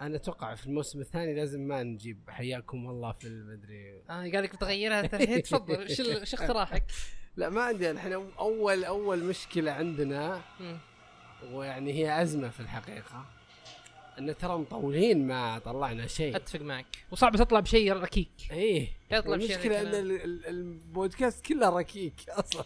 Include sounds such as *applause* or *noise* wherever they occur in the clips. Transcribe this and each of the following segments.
انا اتوقع في الموسم الثاني لازم ما نجيب حياكم الله في المدري انا آه، قال لك بتغيرها *laughs* الحين تفضل ايش ال- ايش اقتراحك؟ لا ما عندي الحين اول اول مشكله عندنا مم. ويعني هي ازمه في الحقيقه ان ترى مطولين ما طلعنا شيء اتفق معك وصعب تطلع بشيء ركيك ايه يطلع بشيء المشكله ان ركيك. ال- ال- البودكاست كله ركيك *laughs* اصلا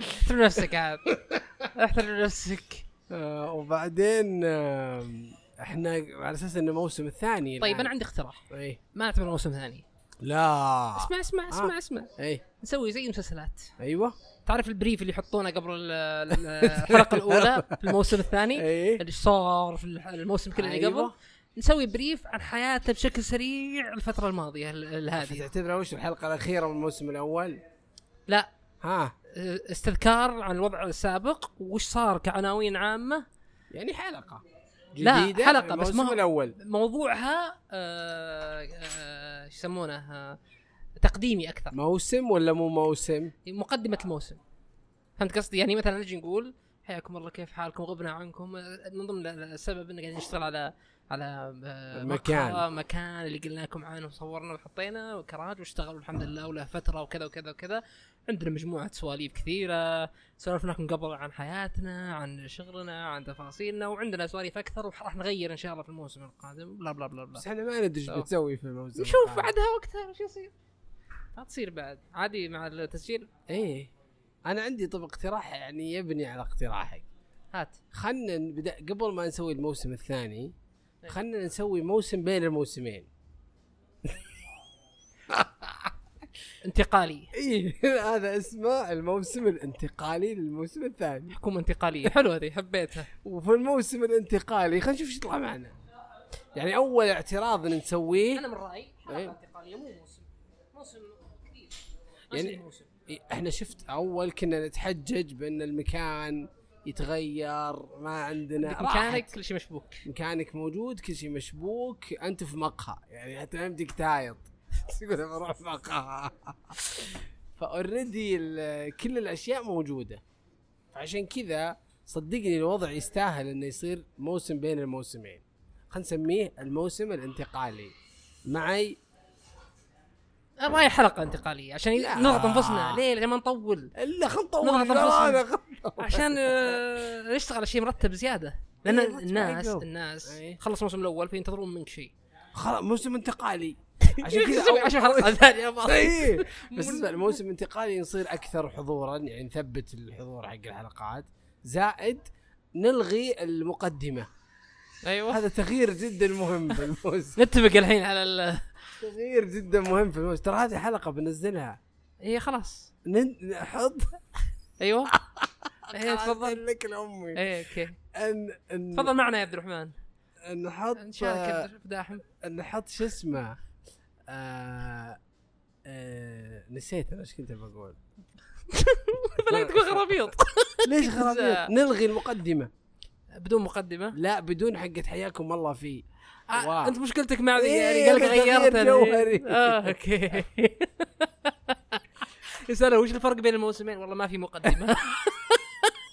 احترم نفسك عاد *laughs* احترم نفسك آه، وبعدين آم، احنا على اساس انه موسم الثاني طيب انا عندي اقتراح آه. ايه ما اعتبر موسم ثاني لا اسمع اسمع اسمع اسمع ايه نسوي زي المسلسلات ايوه تعرف البريف اللي يحطونه قبل ال- *laughs* ال- الحلقه الاولى في الموسم *laughs* الثاني ايه اللي صار في الح- الموسم كله اللي أيوة. قبل نسوي بريف عن حياته بشكل سريع الفتره الماضيه ال- ال- هذه تعتبرها وش الحلقه الاخيره من الموسم الاول لا آه، ها استذكار عن الوضع السابق وش صار كعناوين عامه يعني حلقه لا، جديدة حلقة بس الموسم ما- الاول موضوعها آه، آه، ايش يسمونه آه، تقديمي اكثر موسم ولا مو موسم؟ مقدمه الموسم فهمت قصدي يعني مثلا نجي نقول حياكم الله كيف حالكم غبنا عنكم من ضمن السبب انه قاعدين نشتغل على على آه، المكان. مقهى، مكان اللي قلنا لكم عنه وصورنا وحطينا وكراج واشتغلوا الحمد لله وله فتره وكذا وكذا وكذا عندنا مجموعه سواليف كثيره سولفنا لكم قبل عن حياتنا عن شغلنا عن تفاصيلنا وعندنا سواليف اكثر وراح نغير ان شاء الله في الموسم القادم بلا بلا بلا بلا بس احنا ما ندري ايش سوا. بتسوي في الموسم نشوف الثاني. بعدها وقتها وش يصير ما تصير بعد عادي مع التسجيل ايه انا عندي طب اقتراح يعني يبني على اقتراحك هات خلنا نبدا قبل ما نسوي الموسم الثاني خلنا نسوي موسم بين الموسمين انتقالي ايه *laughs* هذا اسمه الموسم الانتقالي للموسم الثاني حكومه *laughs* انتقاليه حلوه ذي حبيتها وفي الموسم الانتقالي خلينا نشوف ايش يطلع معنا يعني اول اعتراض نسويه انا من رايي إيه. حلقه انتقاليه مو موسم موسم كثير يعني- يعني موسم إيه، احنا شفت اول كنا نتحجج بان المكان يتغير ما عندنا عندك راحت. مكانك كل شيء مشبوك مكانك موجود كل شيء مشبوك انت في مقهى يعني حتى ما يمديك تايط *laughs* تقول بروح في مقهى *laughs* فاوريدي ال- كل الاشياء موجوده فعشان كذا صدقني الوضع يستاهل انه يصير موسم بين الموسمين خلينا نسميه الموسم الانتقالي معي انا رايي حلقه انتقاليه عشان لا. نضغط انفسنا ليه ليه ما *laughs* نطول الا خلنا نضغط نطول أنفسنا. الأوان، خلنا نطول. عشان آه، نشتغل على شيء مرتب زياده لان إيه، مرتب الناس عليكم. الناس إيه. خلص الموسم الاول فينتظرون منك شيء خلاص موسم *laughs* انتقالي عشان عشان كذا كذا عشان حلقه ثانيه إيه. *laughs* بس اسمع الموسم انتقالي نصير اكثر حضورا يعني نثبت الحضور حق الحلقات زائد نلغي المقدمه ايوه هذا تغيير جدا مهم في *laughs* الموسم نتفق الحين على ال تغيير جدا مهم في الموسم ترى هذه حلقه بنزلها هي إيه، خلاص نن- *laughs* نحط ايوه ايه *laughs* تفضل لك لامي ايه اوكي ان ان تفضل معنا يا عبد الرحمن ان نحط نشارك يا عبد الرحمن داحم ان نحط شو اسمه آه آه نسيت انا ايش كنت *laughs* بقول لا تقول خرابيط ليش خرابيط نلغي المقدمه *laughs* بدون مقدمه لا بدون حقه حياكم الله فيه واو. آه انت مشكلتك مع ذي إيه، يعني قالك أنا تغيير غيرت جوهري. ال- اه *laughs* اوكي يسأله وش الفرق بين الموسمين والله ما في مقدمه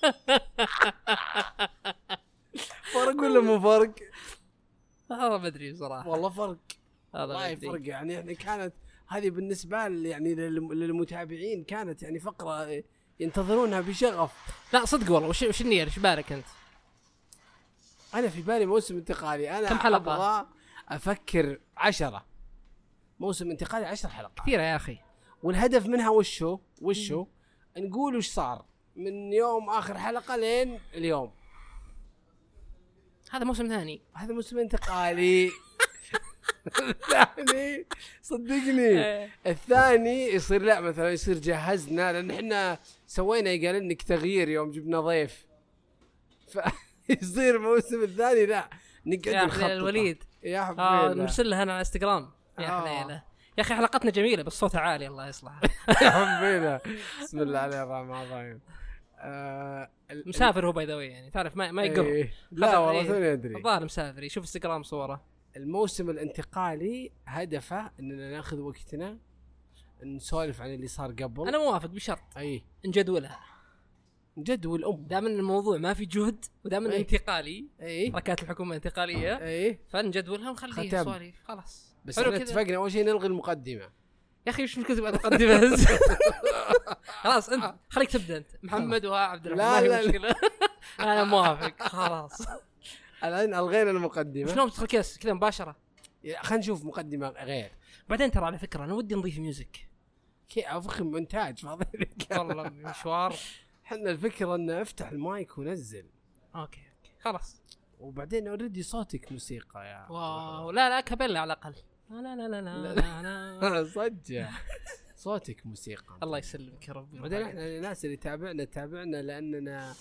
*laughs* *laughs* فرق ولا مو فرق؟ والله ما ادري بصراحه والله فرق *laughs* والله ما والله أدري. فرق يعني احنا كانت هذه بالنسبه لل- يعني للم- للمتابعين كانت يعني فقره ينتظرونها بشغف لا صدق والله وش وش النية ايش بالك انت؟ انا في بالي موسم انتقالي انا كم حلقة؟ أبغى افكر عشرة موسم انتقالي عشر حلقات كثيره يا اخي والهدف منها وش هو؟ وش هو؟ نقول وش صار من يوم اخر حلقه لين اليوم هذا موسم ثاني هذا موسم انتقالي الثاني صدقني إيه. الثاني يصير لا مثلا يصير جهزنا لان احنا سوينا قال انك تغيير يوم جبنا ضيف *laughs* فيصير الموسم الثاني لا نقعد يا نخطط. حليل الوليد يا حبيبي اه الله. نرسل لها انا على انستغرام يا آه. حليله يا اخي حلقتنا جميله بس صوتها عالي الله *laughs* يصلحها يا حبينا بسم الله عليه الرحمن الرحيم آه، ال- مسافر هو باي ذا يعني تعرف ما ما ال- يقر إيه. لا والله إيه. توني ادري الظاهر مسافر يشوف انستغرام صوره الموسم الانتقالي هدفه اننا ناخذ وقتنا نسولف عن اللي صار قبل انا موافق بشرط اي نجدولها جدول ام دام ان الموضوع ما في جهد ودام انه إيه. انتقالي اي ركات الحكومه انتقاليه اي فنجدولها ونخليها ختم. سواليف خلاص بس حلو احنا كذا اتفقنا اول شيء نلغي المقدمه يا اخي ايش مشكلتي بعد *laughs* اقدم خلاص انت خليك تبدا انت محمد وعبد الرحمن آه. لا، ما هي لا، لا. مشكله *laughs* انا موافق خلاص الان الغينا المقدمه شلون بتدخل كذا كذا مباشره يا- خلينا نشوف مقدمه غير بعدين ترى على فكره انا ودي نضيف ميوزك كي افخم مونتاج *laughs* فاضي لك. والله مشوار احنا الفكره انه افتح المايك ونزل اوكي اوكي خلاص وبعدين اوريدي صوتك موسيقى يا واو لا لا كابيلا على الاقل لا لا لا لا لا, لا, لا. *laughs* صدق صوتك موسيقى *laughs* الله يسلمك يا ربي بعدين احنا الناس اللي تابعنا تابعنا لاننا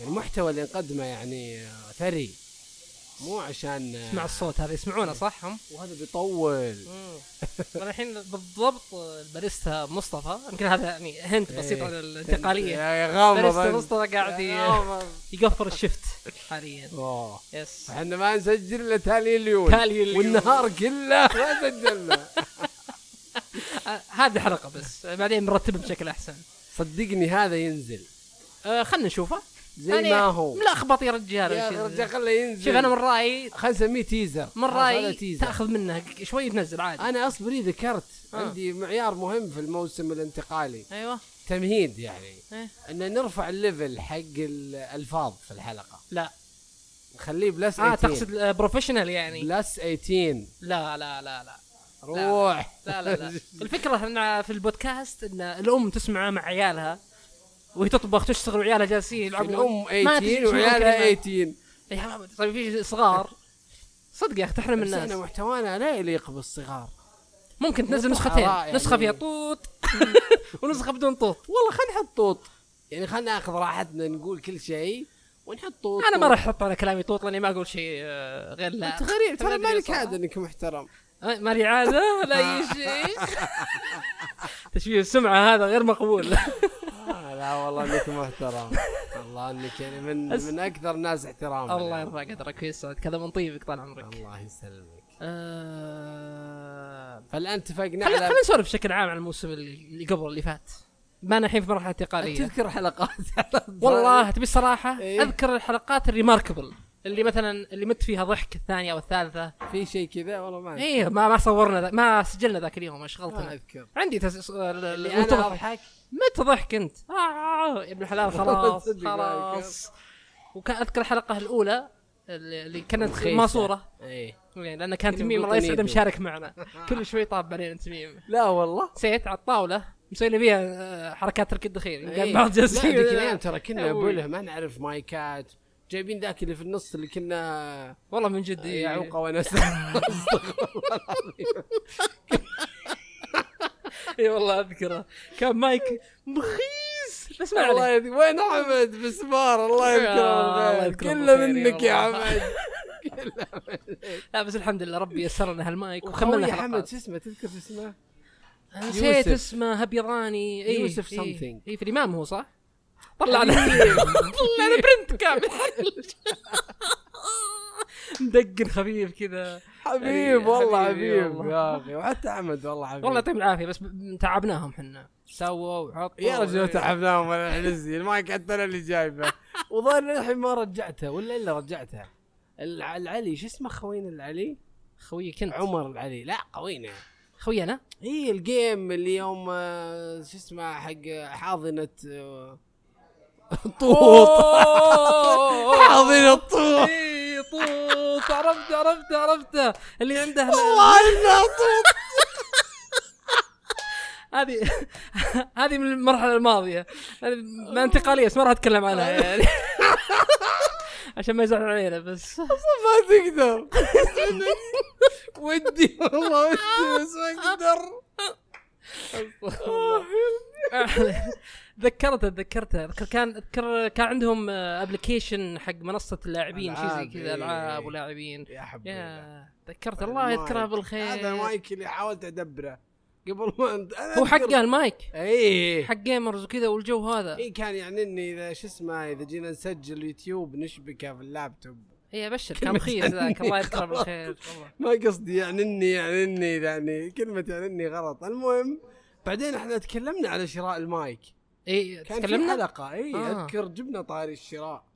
المحتوى اللي نقدمه يعني آه، ثري مو عشان آه، اسمع الصوت هذا يسمعونه صح هم؟ وهذا بيطول مم. وانا *laughs* الحين بالضبط الباريستا مصطفى يمكن هذا يعني هنت بسيط إيه. على الانتقاليه يا يا غامض *laughs* باريستا أنت. مصطفى قاعد يا ي- غامض. يقفر الشفت حاليا اوه يس احنا ما نسجل الا تالي اليوم تالي اليوم. والنهار كله ما سجلنا *laughs* آه، هذه حلقه بس بعدين نرتبها بشكل احسن صدقني هذا ينزل آه خلنا نشوفه زي ما هو. ملخبط يا رجال يا شوف- أخي رجع خله ينزل شوف انا من رايي خل نسميه تيزر من هذا رايي تيزر تاخذ منه شوي تنزل عادي انا اصبري ذكرت آه. عندي معيار مهم في الموسم الانتقالي ايوه تمهيد يعني إيه. ان نرفع الليفل حق الالفاظ في الحلقه لا نخليه بلس اه 18 تقصد آه، بروفيشنال يعني بلس 18 لا لا لا لا روح لا لا *laughs* لا الفكره ان في البودكاست ان الام تسمعه مع عيالها وهي تطبخ تشتغل وعيالها جالسين يلعبون الام ما تدري 18 شنو وعيالها الكلمات. 18 يا محمد، طيب في صغار صدق يا اخي تحرم بس احنا الناس محتوانا لا يليق بالصغار ممكن تنزل نطلع نسختين آراء يعني. نسخه فيها *laughs* طوط ونسخه بدون طوط والله خلينا نحط طوط يعني خلينا ناخذ راحتنا نقول كل شيء ونحط طوط انا ما راح احط على كلامي طوط لاني ما اقول شيء آه، غير لا انت غريب ترى ما أدري مالك صراحة. عاده انك محترم آه، مالي عاده لا اي شيء آه. *laughs* تشبيه السمعه هذا غير *laughs* مقبول آه، لا والله انك محترم والله انك يعني من أس- من اكثر الناس احتراما الله يرفع قدرك ويسعد كذا من طيبك طال عمرك الله يسلمك آه، فالان اتفقنا خلينا على خلينا نسولف بشكل عام عن الموسم اللي قبل اللي فات ما انا الحين في مرحله انتقاليه تذكر حلقات *laughs* والله تبي الصراحه إيه. اذكر الحلقات الريماركبل اللي مثلا اللي مت فيها ضحك الثانيه او الثالثه في شيء كذا والله ما أدري. اي إيه، ما ما صورنا ذا- ما سجلنا ذاك اليوم ما اشغلتنا اذكر عندي تس... ال- ال- اللي وتضحك. انا اضحك متى ضحك انت آه، آه، آه، يا ابن *laughs* الحلال خلاص صدق خلاص وكان اذكر الحلقه الاولى اللي اللي كانت مخيسة. ماسوره اي يعني لان كان كنا تميم الله يسعده بطنيته. مشارك معنا كل شوي طاب علينا تميم لا والله سيت على الطاوله مسوي لي فيها آه، حركات ترك الدخيل قال إيه. بعض جالسين لا، ذيك الايام ترى كنا أوي. ابوله ما نعرف مايكات جايبين ذاك اللي في النص اللي كنا والله من جد إيه. يعوقه *laughs* ونسى استغفر الله العظيم. اي إيه، والله اذكره كان مايك مخيس بس ما الله عليه يذ... وين حمد بسمار آه، الله يا الله يذكره بالخير. يذكره كله بالخير يا منك يا والله. حمد *laughs* لا بس الحمد لله ربي يسر لنا هالمايك وخملنا وخملنا حلقات حمد شو اسمه تذكر شو اسمه؟ نسيت يوسف. اسمه هبيضاني إيه، يوسف إيه. something. اي في الامام هو *laughs* صح؟ يعني طلعنا *laughs* طلعنا برنت كامل *laughs* مدقن خفيف كذا حبيب والله حبيبي حبيب والله. يا اخي وحتى حمد والله حبيب والله يعطيهم العافيه بس تعبناهم احنا سووا إيه. وحطوا يا رجل تعبناهم ولا عزي المايك حتى انا اللي *laughs* جايبه وظهر الحين ما رجعته ولا الا رجعته الع- العلي شو اسمه خوين العلي؟ خويي كنت عمر العلي لا خوينا خويي *laughs* انا اي الجيم اللي يوم آه، شو اسمه حق آه، حاضنه آه، *laughs* طوط حاضنه طوط اي إيه، طوط عرفت عرفت عرفته اللي عنده ال- *laughs* والله إنها *laughs* طوط هذه هذه *laughs* من المرحله الماضيه هذه ما انتقاليه بس ما راح *laughs* اتكلم عنها يعني عشان ما يزعلون علينا بس ما *laughs* تقدر ودي والله ودي بس ما اقدر *laughs* ذكرته ذكرته اذكر كان اذكر كان عندهم ابلكيشن حق منصه اللاعبين شيء زي ألعاب، كذا إيه. العاب ولاعبين يا حبيبي يا ذكرت الله يذكرها المايك. بالخير طيب، هذا المايك اللي حاولت ادبره قبل ما انت أنا هو أذكر- حقه المايك اي حق جيمرز وكذا والجو هذا اي كان يعني اني اذا شو اسمه اذا جينا نسجل يوتيوب نشبكه في اللابتوب اي ابشر كان رخيص ذاك الله يذكره *laughs* بالخير والله. ما قصدي يعني اني يعني اني يعني كلمه يعني اني غلط المهم بعدين احنا تكلمنا على شراء المايك اي كان في تكلمنا حلقه اي آه. آه. اذكر جبنا طاري الشراء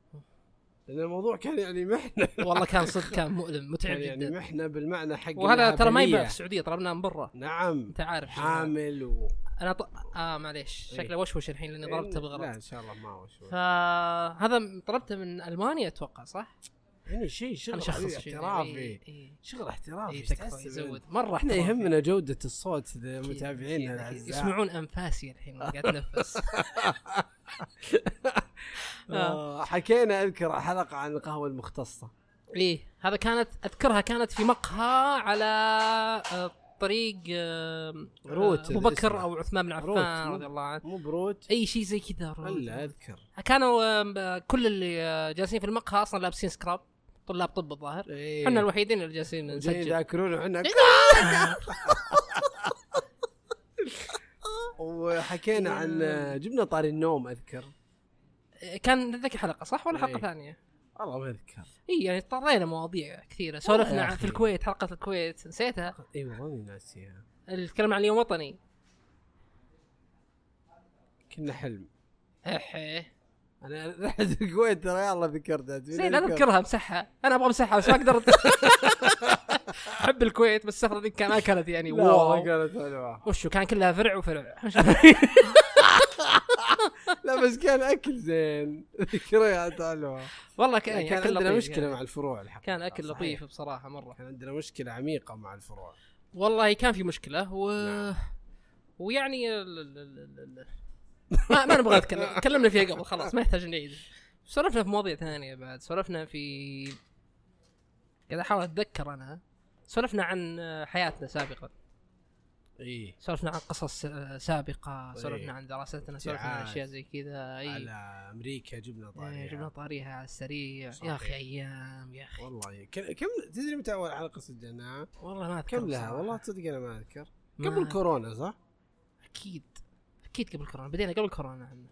لان الموضوع كان يعني محنه والله كان صدق كان مؤلم متعب يعني جدا محنه بالمعنى حق وهذا إنها ترى ما طيب، بنية. يباع في السعوديه طلبناه من برا نعم انت عارف شو هذا. حامل و انا ط... اه معليش إيه. شكله وشوش الحين لاني ضربته لا بالغلط ان شاء الله ما هو شوي فهذا طلبته من المانيا اتوقع صح؟ يعني شيء شغل انا شخص حبيبي احترافي شغل احترافي اي إيش تكفى تحسب يزود أنت؟ مره احنا احترافي. يهمنا جودة الصوت أكيد، لمتابعينا أكيد، أكيد. الأعزاء. يسمعون انفاسي الحين قاعد اتنفس *laughs* آه، حكينا اذكر حلقة عن القهوة المختصة ايه هذا كانت اذكرها كانت في مقهى على آه، طريق آه، روت ابو بكر اسمه. او عثمان بن روت، عفان مو- رضي الله عنه مو بروت اي شيء زي كذا روت. الا اذكر كانوا آه، كل اللي آه، جالسين في المقهى اصلا لابسين سكراب طلاب طب الظاهر إيه. احنا الوحيدين اللي جالسين جايين نسجل ياكلون وحنا إيه. *laughs* وحكينا عن جبنا طاري النوم اذكر آه، كان ذيك حلقه صح ولا حلقه إيه. ثانيه؟ والله ما اذكر اي يعني طرينا مواضيع كثيره يا سولفنا عن- أخي. في الكويت حلقه الكويت نسيتها اي إيه، والله إني ناسيها اللي تكلم عن اليوم الوطني كنا حلم احيه انا رحت *laughs* الكويت ترى يلا ذكرتها زين لا اذكرها امسحها انا ابغى امسحها بس ما قدرت *laughs* احب الكويت بس السفره ذيك كان اكلت يعني لا والله واو كانت حلوة وشو كان كلها فرع وفرع لا بس كان اكل زين *laughs* ذكريات حلوة والله كان, يعني كان أكل عندنا لطيف مشكلة يعني. مع الفروع الحقيقة كان اكل صحيح. لطيف بصراحه مره كان عندنا مشكلة عميقة مع الفروع والله كان في مشكله و نعم. ويعني ال... ال... ال... ال... ال- ما ما نبغى نتكلم تكلمنا فيها قبل خلاص ما يحتاج نعيد سولفنا في مواضيع ثانيه بعد سولفنا في قاعد احاول اتذكر انا سولفنا عن حياتنا سابقا اي سولفنا عن قصص آه، سابقه إيه. سولفنا عن دراستنا سولفنا عن ابتعاث. اشياء زي كذا على اي امريكا جبنا إيه، جبنا طاري طاريها على السريع يا صحيح. اخي ايام يا اخي والله كم كم- تدري متى اول حلقة سجلناها؟ والله ما اذكر كم لها بصراحة. والله تصدق انا ما اذكر ما- قبل كورونا صح؟ اكيد اكيد قبل كورونا بدينا قبل كورونا عنا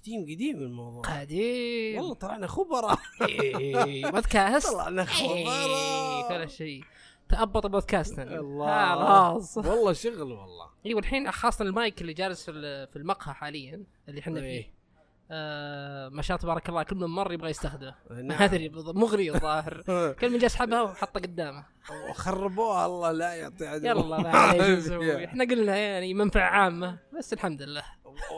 قديم قديم الموضوع قديم والله طلعنا *laughs* خبراء إيه، بودكاست طلعنا إيه، ولا خبراء شيء تأبط بودكاستنا الله. خلاص والله شغل والله اي والحين خاصه المايك اللي جالس في ال- في المقهى حاليا اللي احنا فيه إيه. آه ما شاء الله تبارك الله كل من مر يبغى يستخدمه *laughs* ما نعم. ادري بالضبط، مغري الظاهر كل من جاء سحبها وحطها قدامه وخربوها الله لا يعطي عدل *laughs* يلا ما عليه شو نسوي احنا قلنا يعني منفعه عامه بس الحمد لله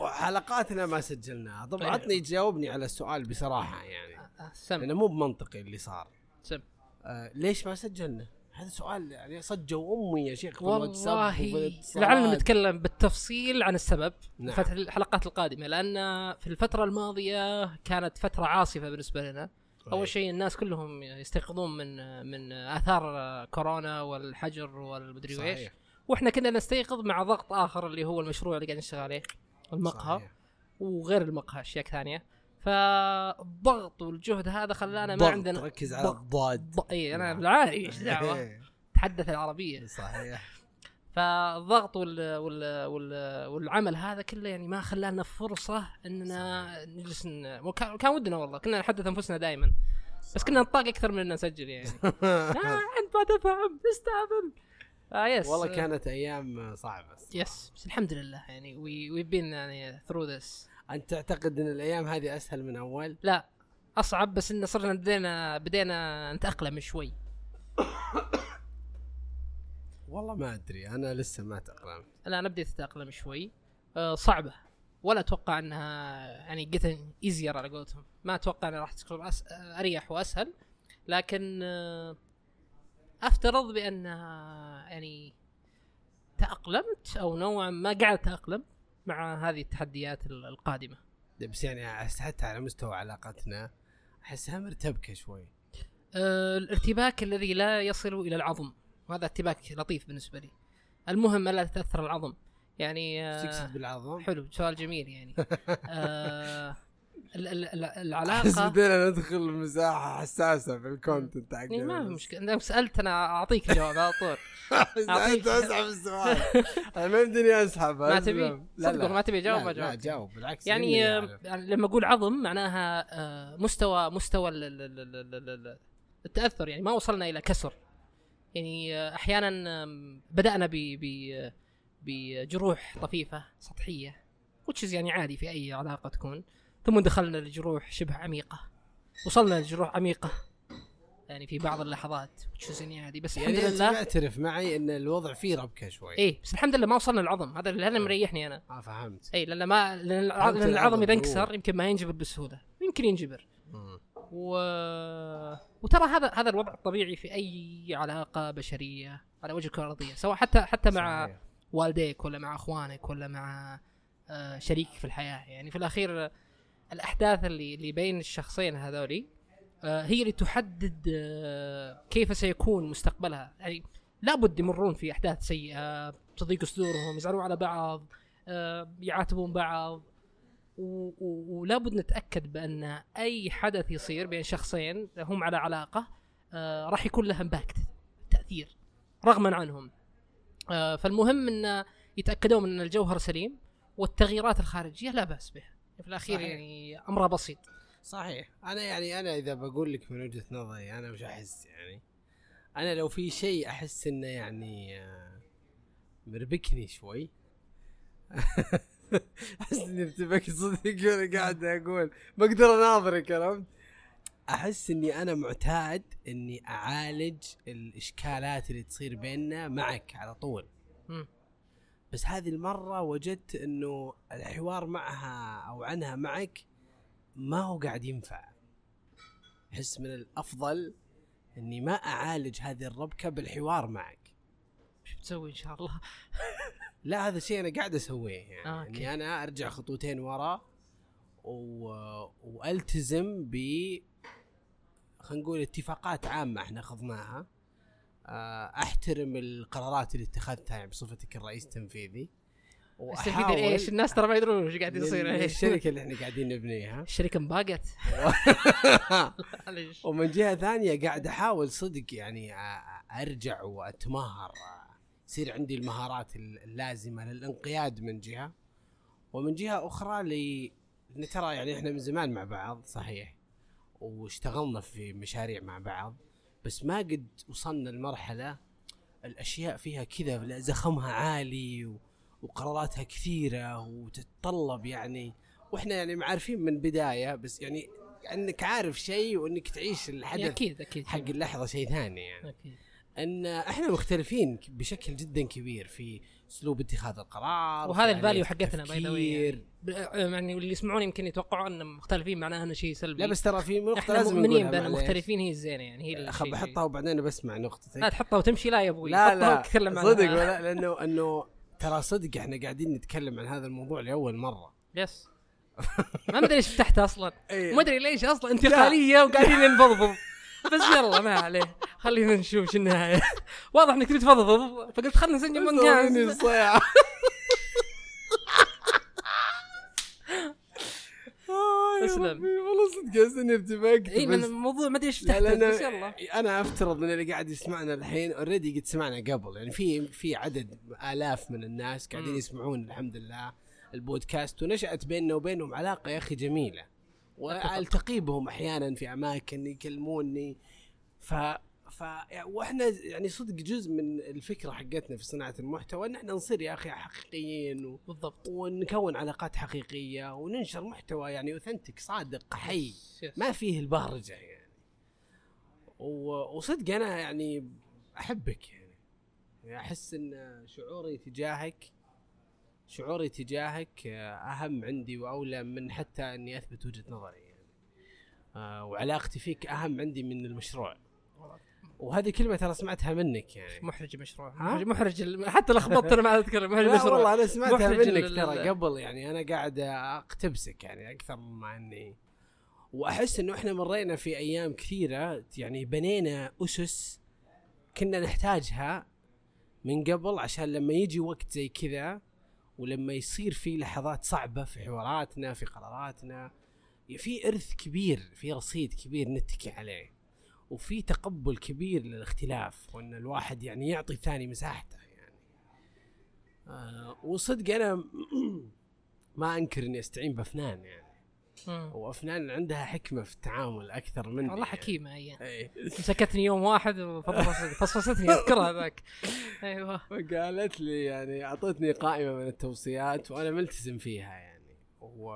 وحلقاتنا ما سجلناها طب طيب. عطني جاوبني على السؤال بصراحه يعني آه، سم انا مو بمنطقي اللي صار سم آه ليش ما سجلنا؟ هذا سؤال يعني صجوا امي يا شيخ في الواتساب وفي والله الاتصالات. لعلنا نتكلم بالتفصيل عن السبب نعم. فتح الحلقات القادمه لان في الفتره الماضيه كانت فتره عاصفه بالنسبه لنا طيب. اول شيء الناس كلهم يستيقظون من من اثار كورونا والحجر والمدري صحيح. ايش واحنا كنا نستيقظ مع ضغط اخر اللي هو المشروع اللي قاعد نشتغل عليه المقهى صحيح. وغير المقهى اشياء ثانيه فالضغط والجهد هذا خلانا ما ضغط، عندنا إيه، ركز على الضاد ض... اي انا نعم. بالعربي ايش *laughs* دعوه تحدث العربيه *laughs* صحيح فالضغط وال... وال... وال... والعمل هذا كله يعني ما خلانا فرصه اننا نجلس ن... وكان كان ودنا والله كنا نحدث انفسنا دائما بس كنا نطاق اكثر من ان نسجل يعني آه، انت ما تفهم استهبل آه يس والله كانت ايام صعبه يس بس الحمد لله يعني وي وي بين يعني ثرو ذس انت تعتقد ان الايام هذه اسهل من اول؟ لا اصعب بس ان صرنا بدينا بدينا نتاقلم شوي والله ما ادري انا لسه ما تاقلمت الان بديت اتاقلم شوي آه صعبه ولا اتوقع انها يعني جيتن ايزير على قولتهم ما اتوقع انها راح تكون أس... اريح واسهل لكن آه افترض بانها يعني تاقلمت او نوعا ما قاعد اتاقلم مع هذه التحديات ال- القادمه بس يعني أحس حتى على مستوى علاقتنا احسها مرتبكه شوي آه، الارتباك الذي لا يصل الى العظم وهذا ارتباك لطيف بالنسبه لي المهم الا تتاثر العظم يعني إيش تقصد آه بالعظم؟ حلو سؤال *laughs* جميل يعني آه ال- ال- ال- احس العلاقه بدينا ندخل مساحه حساسه في الكونتنت يعني حقنا ما في *laughs* مشكله انا سالت انا اعطيك الجواب على طول أعطيك- انت اسحب السؤال *laughs* انا ما يمديني اسحب ما تبي صدق ما تبي جاوب ما طيب، لا لا جاوب جاوب بالعكس يعني يهمني آه، أعرف. يعني لما اقول عظم معناها آه، مستوى مستوى ال- ال- ال- ال- ال- ال- التاثر يعني ما وصلنا الى كسر يعني آه، احيانا آم، بدانا ب ب- بجروح طفيفه سطحيه وتشز يعني عادي في اي علاقه تكون ثم دخلنا لجروح شبه عميقه وصلنا لجروح عميقه يعني في بعض اللحظات وتشز يعني عادي بس يعني الحمد انت لله معترف معي ان الوضع فيه ربكه شوي ايه بس الحمد لله ما وصلنا للعظم هذا هذا اللي مريحني انا اه فهمت اي لان ما لان الع- فهمت لأن العظم العظم، اذا أوه. انكسر يمكن ما ينجبر بسهوله يمكن ينجبر مم. و... وترى هذا هذا الوضع الطبيعي في اي علاقه بشريه على وجه الكره الارضيه سواء حتى حتى مع صحيح. والديك ولا مع اخوانك ولا مع آه، شريكك في الحياه يعني في الاخير آه، الاحداث اللي اللي بين الشخصين هذولي آه، هي اللي تحدد آه، كيف سيكون مستقبلها يعني لابد يمرون في احداث سيئه تضيق صدورهم يزعلون على بعض آه، يعاتبون بعض و- و- ولابد نتاكد بان اي حدث يصير بين شخصين هم على علاقه آه، راح يكون لها امباكت تاثير رغما عنهم آه، فالمهم ان يتاكدون ان الجوهر سليم والتغييرات الخارجيه لا باس بها في الاخير صحيح. يعني امرها بسيط صحيح انا يعني انا اذا بقول لك من وجهه نظري انا وش احس يعني انا لو في شيء احس انه يعني آه، مربكني شوي *laughs* احس اني ارتبكت صدق وانا قاعد اقول ما اقدر اناظرك عرفت احس اني انا معتاد اني اعالج الاشكالات اللي تصير بيننا معك على طول مم. بس هذه المرة وجدت انه الحوار معها او عنها معك ما هو قاعد ينفع. احس من الافضل اني ما اعالج هذه الربكة بالحوار معك. شو بتسوي ان شاء الله لا هذا الشيء انا قاعد اسويه يعني آه، أوكي. اني انا ارجع خطوتين ورا و... والتزم ب خلينا نقول اتفاقات عامة احنا اخذناها. آه، احترم القرارات اللي اتخذتها يعني بصفتك الرئيس التنفيذي. استفيد ايش الناس ترى ما يدرون وش قاعد يصير من إيش. *laughs* الشركه اللي احنا قاعدين نبنيها *laughs* الشركه انباقت معليش. ومن جهه ثانيه قاعد احاول صدق يعني أ- ارجع واتمهر يصير عندي المهارات ال- اللازمه للانقياد من جهه ومن جهه اخرى ل إن ترى يعني احنا من زمان مع بعض صحيح واشتغلنا في مشاريع مع بعض بس ما قد وصلنا لمرحله الاشياء فيها كذا زخمها عالي و- وقراراتها كثيره وتتطلب يعني واحنا يعني معارفين من بدايه بس يعني انك عارف شيء وانك تعيش يعني الحدث اكيد اكيد حق اللحظه شيء ثاني يعني اكيد ان احنا مختلفين ك- بشكل جدا كبير في اسلوب اتخاذ القرار وهذا في آلية الفاليو حقتنا باي ذا واي التفكير. يعني ب- يعني اللي يسمعون يمكن يتوقعون ان مختلفين معناه انه شيء سلبي لا بس ترى في نقطه احنا لازم مؤمنين نقولها بان معليش. المختلفين هي الزينه يعني هي أخ، الشيء- بحطها وبعدين بسمع لا نقطتك تحطها وتمشي لا يا ابوي لا حطها لا وتكلم عنها. صدق ولا لانه انه ترى صدق احنا قاعدين نتكلم عن هذا الموضوع لاول مره يس ما مدري ليش فتحتها اصلا *laughs* إيه. ما ادري ليش اصلا انتقاليه وقاعدين نفضفض بس يلا ما عليه خلينا نشوف شو النهايه واضح انك تبي تفضفض فقلت خلنا نسجل سويني بودكاست الصيعة. آه، يا اسلم. ربي، والله صدق احس اني ارتبكت اي بس- لان إيه، الموضوع ما ادري ايش لا فتحته لأن بس يلا انا افترض ان اللي قاعد يسمعنا الحين اوريدي قد سمعنا قبل يعني في في عدد الاف من الناس قاعدين مم. يسمعون الحمد لله البودكاست ونشات بيننا وبينهم علاقه يا اخي جميله والتقي بهم احيانا في اماكن يكلموني ف ف واحنا يعني صدق جزء من الفكره حقتنا في صناعه المحتوى ان احنا نصير يا اخي حقيقيين و... بالضبط ونكون علاقات حقيقيه وننشر محتوى يعني اوثنتك صادق حي يس. ما فيه البهرجه يعني و- وصدق انا يعني احبك يعني يعني احس ان شعوري تجاهك شعوري تجاهك آه، اهم عندي واولى من حتى اني اثبت وجهه نظري يعني آه، وعلاقتي فيك اهم عندي من المشروع وهذه كلمه ترى سمعتها منك يعني محرج المشروع ها؟ محرج- محرج الم- حتى لخبطت انا ما اذكر محرج لا المشروع والله انا سمعتها محرج منك ال- ترى ال- قبل يعني انا قاعد اقتبسك يعني اكثر مما اني واحس انه احنا مرينا في ايام كثيره يعني بنينا اسس كنا نحتاجها من قبل عشان لما يجي وقت زي كذا ولما يصير في لحظات صعبه في حواراتنا في قراراتنا في ارث كبير في رصيد كبير نتكي عليه وفي تقبل كبير للاختلاف وان الواحد يعني يعطي الثاني مساحته يعني آه وصدق انا *clears throat* ما انكر اني استعين بافنان يعني مم. وافنان عندها حكمه في التعامل اكثر مني يعني. والله حكيمه هي *laughs* إيه. مسكتني يوم *laughs* واحد وفصفصت- فصفصتني اذكرها ذاك ايوه فقالت لي يعني اعطتني قائمه من التوصيات وانا ملتزم فيها يعني و...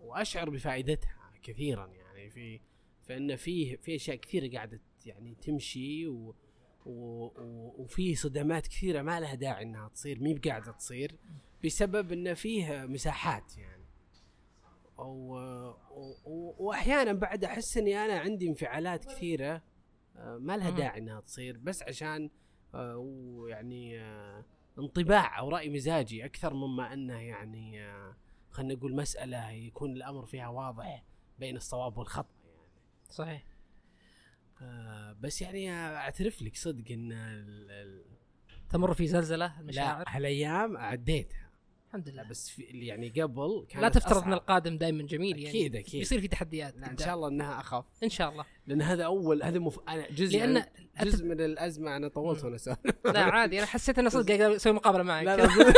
واشعر بفائدتها كثيرا يعني في فان فيه في اشياء كثيره قاعده يعني تمشي و... و... و... وفي صدمات كثيره ما لها داعي انها تصير مي بقاعده تصير بسبب ان فيه مساحات يعني أو... و... و... واحيانا بعد احس اني انا عندي انفعالات كثيره آه، ما لها مم. داعي انها تصير بس عشان آه، ويعني آه، انطباع او راي مزاجي اكثر مما انه يعني آه، خلينا نقول مساله يكون الامر فيها واضح بين الصواب والخطا يعني صحيح آه، بس يعني آه، اعترف لك صدق ان ال- ال- تمر في زلزله المشاعر لا هالايام عديتها الحمد لا لله بس في اللي يعني قبل كانت لا تفترض أصعب. ان القادم دائما جميل يعني أكيد، أكيد. بيصير في تحديات لا ان شاء الله انها اخف ان شاء *laughs* الله لان هذا اول هذا مف... انا جزء لان لأن... جزء من الازمه انا طولت مم. وانا اسولف لا عادي انا حسيت اني صدق قاعد اسوي مقابله معك لا لا *laughs*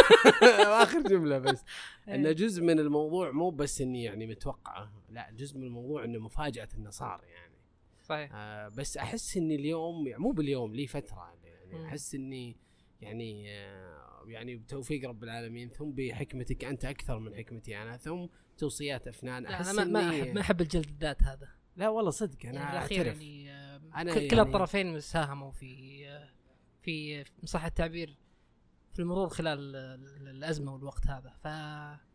اخر جمله بس إيه. ان جزء من الموضوع مو بس اني يعني متوقعه لا جزء من الموضوع انه مفاجاه انه صار يعني *laughs* صحيح آه بس احس اني اليوم يعني مو باليوم لي فتره مم. يعني احس اني يعني آه يعني بتوفيق رب العالمين ثم بحكمتك انت اكثر من حكمتي انا ثم توصيات افنان لا احس انا ما ما إني- احب ما احب الجلد الذات هذا لا والله صدق انا يعني الاخير اعترف يعني آه، أنا ك- كلا يعني- الطرفين ساهموا في آه، في في- إن صح التعبير في المرور خلال ال- الازمه والوقت هذا ف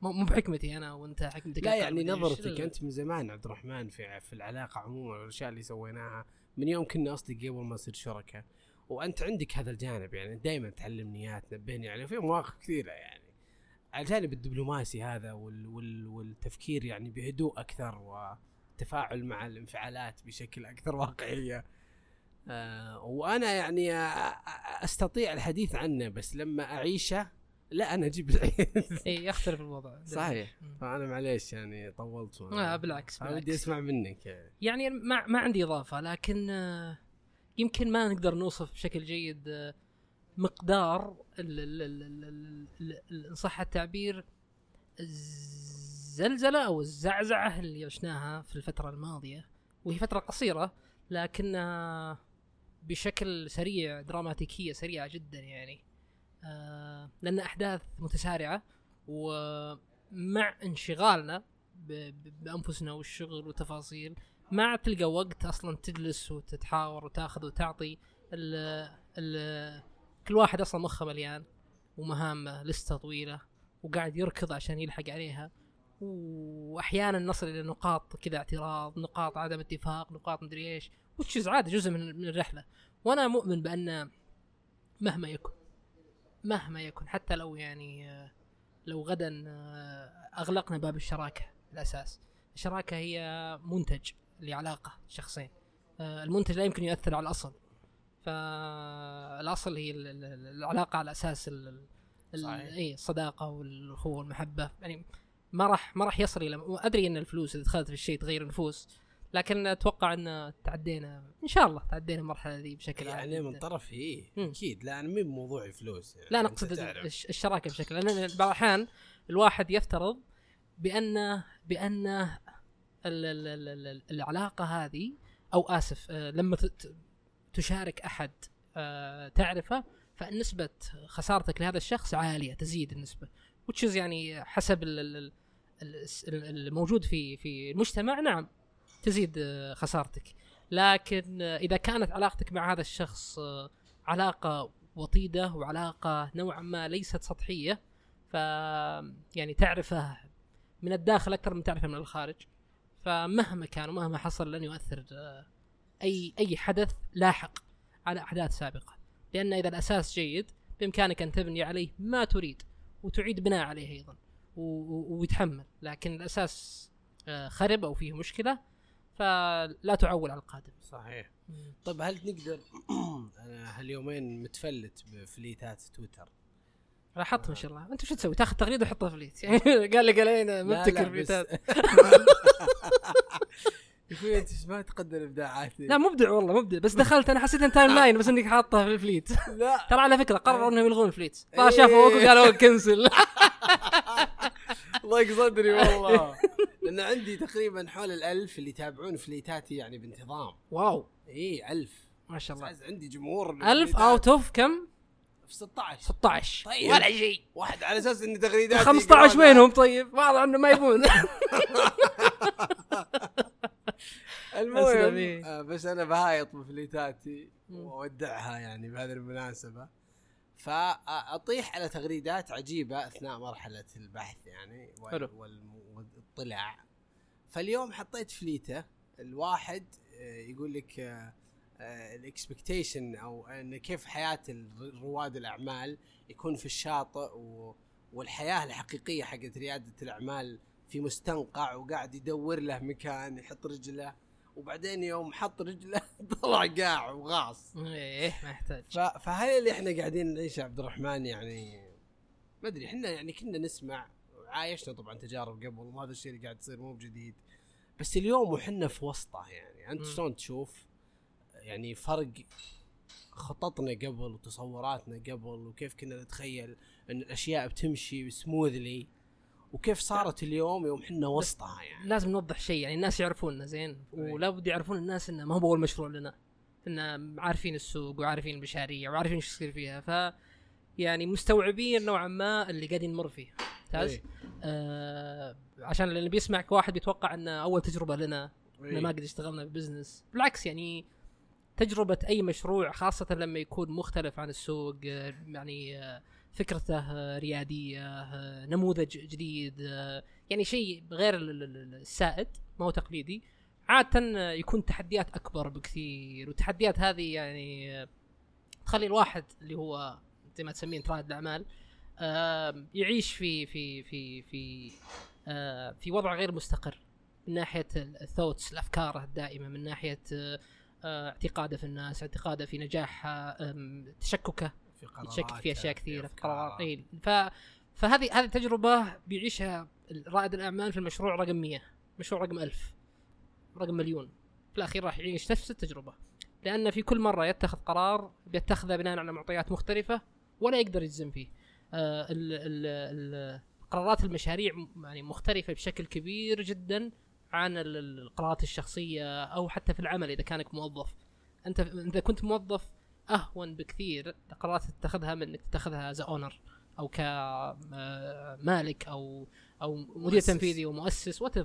مو مو بحكمتي انا وانت حكمتك لا أكثر يعني مدري إيش. نظرتك انت من زمان عبد الرحمن في في العلاقه عموما والاشياء اللي سويناها من يوم كنا اصدقاء قبل ما نصير شركاء وانت عندك هذا الجانب يعني دائما تعلمني اياه تنبهني عليه في مواقف كثيره يعني الجانب الدبلوماسي هذا وال وال والتفكير يعني بهدوء اكثر والتفاعل مع الانفعالات بشكل اكثر واقعيه آه وانا يعني آه، استطيع الحديث عنه بس لما اعيشه لا انا اجيب العيد اي يختلف الوضع صحيح مم. فانا معليش يعني طولت لا بالعكس انا بالعكس بدي اسمع منك يعني. يعني ما ما عندي اضافه لكن آه، يمكن ما نقدر نوصف بشكل جيد آه، مقدار ال- ال- ال- ال- ال- ال- ال- ان صح التعبير الزلزله او الزعزعه اللي عشناها في الفتره الماضيه وهي فتره قصيره لكنها بشكل سريع دراماتيكيه سريعه جدا يعني آه، لان احداث متسارعه ومع انشغالنا ب- ب- بانفسنا والشغل والتفاصيل ما عاد تلقى وقت اصلا تجلس وتتحاور وتاخذ وتعطي ال ال كل واحد اصلا مخه مليان ومهامه لسته طويله وقاعد يركض عشان يلحق عليها واحيانا نصل الى نقاط كذا اعتراض نقاط عدم اتفاق نقاط مدري ايش وتشز عادي جزء من من الرحله وانا مؤمن بان مهما يكن مهما يكن حتى لو يعني آه، لو غدا آه، اغلقنا باب الشراكه الاساس الشراكه هي منتج لعلاقه شخصين آه، المنتج لا يمكن يؤثر على الاصل فالاصل هي ال- ال- ال- العلاقه على اساس ال- ال- ال- إيه، صحيح. اي الصداقه والاخوه والمحبه يعني ما راح ما راح يصل الى ادري ان الفلوس اذا دخلت في الشيء تغير النفوس لكن اتوقع ان تعدينا ان شاء الله تعدينا المرحله ذي بشكل عام يعني من جداً. طرف هي مم. اكيد لا انا مين موضوعي فلوس يعني لا انا أنت اقصد تعرف. الش- الشراكه بشكل لان بعض الاحيان الواحد يفترض بان بان ال- ال- ال- ال- العلاقه هذه او اسف آه، لما ت- ت- تشارك احد آه، تعرفه فنسبه خسارتك لهذا الشخص عاليه تزيد النسبه وتشز يعني حسب ال- ال- ال- الس- ال- الموجود في في المجتمع نعم تزيد آه، خسارتك لكن آه، اذا كانت علاقتك مع هذا الشخص آه، علاقه وطيده وعلاقه نوعا ما ليست سطحيه ف يعني تعرفه من الداخل اكثر من تعرفه من الخارج فمهما كان ومهما حصل لن يؤثر آه، اي اي حدث لاحق على احداث سابقه لان اذا الاساس جيد بامكانك ان تبني عليه ما تريد وتعيد بناء عليه ايضا و- و- ويتحمل لكن الاساس آه، خرب او فيه مشكله فلا تعول على القادم صحيح طب هل *clears throat* نقدر انا هاليومين متفلت بفليتات تويتر لاحظت ما شاء الله انت وش تسوي تاخذ تغريده وتحطها في ليت *laughs* يعني قال لك علينا ما لا، لا، ابتكر بس- إيه. بيتات *laughs* يا اخوي انت إيش ما تقدر ابداعاتي لا مبدع والله مبدع بس دخلت انا حسيت ان تايم آه. لاين بس انك حاطها في الفليت *laughs* لا ترى على فكره قرروا انهم يلغون الفليت إيه. شافوا وقف قالوا كنسل *laughs* ضيق صدري والله لان عندي تقريبا حول الألف اللي يتابعون فليتاتي يعني بانتظام واو اي ألف ما شاء الله *laughs* عندي جمهور ألف بالفليتات. اوت اوف كم؟ في 16 16 طيب. ولا شيء واحد على اساس ان تغريدات 15 وينهم طيب؟ واضح انه ما *laughs* يبون *laughs* أسلم، المهم إيه. آه، بس انا بهايط بفليتاتي مم. واودعها يعني بهذه المناسبه فاطيح على تغريدات عجيبه اثناء مرحله البحث يعني وال- حلو. والم- والاطلاع فاليوم حطيت فليته الواحد آه، يقول لك آه، الاكسبكتيشن او ان كيف حياه ال- رواد الاعمال يكون في الشاطئ و والحياه الحقيقيه حقت رياده الاعمال في مستنقع وقاعد يدور له مكان يحط رجله وبعدين يوم حط رجله *laughs* طلع قاع وغاص ايه ما يحتاج ف- فهل اللي احنا قاعدين نعيشه يا عبد الرحمن يعني ما ادري احنا يعني كنا نسمع عايشنا طبعا تجارب قبل وهذا الشيء اللي قاعد يصير مو بجديد بس اليوم وحنا في وسطه يعني انت مم. شلون تشوف يعني فرق خططنا قبل وتصوراتنا قبل وكيف كنا نتخيل ان الاشياء بتمشي سموذلي وكيف صارت اليوم يوم حنا وسطها يعني لازم نوضح شيء يعني الناس يعرفوننا زين أي. ولا بد يعرفون الناس انه ما هو اول مشروع لنا ان عارفين السوق وعارفين المشاريع وعارفين ايش يصير فيها ف يعني مستوعبين نوعا ما اللي قاعدين نمر فيه ممتاز إيه. آه عشان اللي بيسمعك واحد بيتوقع ان اول تجربه لنا إيه. احنا ما قد اشتغلنا في بزنس بالعكس يعني تجربة أي مشروع خاصة لما يكون مختلف عن السوق آه، يعني آه، فكرته آه، ريادية آه، نموذج جديد آه، يعني شيء غير ال- ال- ال- السائد ما هو تقليدي عادة آه، يكون تحديات أكبر بكثير والتحديات هذه يعني آه، تخلي الواحد اللي هو زي ما تسمين رائد الأعمال آه، يعيش في في في في آه، في وضع غير مستقر من ناحيه الثوتس الافكار الدائمه من ناحيه آه، آه، اعتقاده في الناس اعتقاده في نجاحه آم، تشككه إيه، في يتشكك في اشياء قراراته، كثيره في أفكاره. قرارات إيه. ف فهذه هذه التجربه بيعيشها رائد الاعمال في المشروع رقم 100 مشروع رقم 1000 رقم مليون في الاخير راح يعيش نفس التجربه لان في كل مره يتخذ قرار بيتخذه بناء على معطيات مختلفه ولا يقدر يجزم فيه آه، ال- ال- ال- قرارات المشاريع م- يعني مختلفه بشكل كبير جدا عن ال- ال- القرارات الشخصيه او حتى في العمل اذا كانك موظف انت اذا كنت موظف اهون بكثير القرارات اللي تتخذها من انك تتخذها از اونر او آه، كمالك او او مدير مؤسس. تنفيذي ومؤسس وات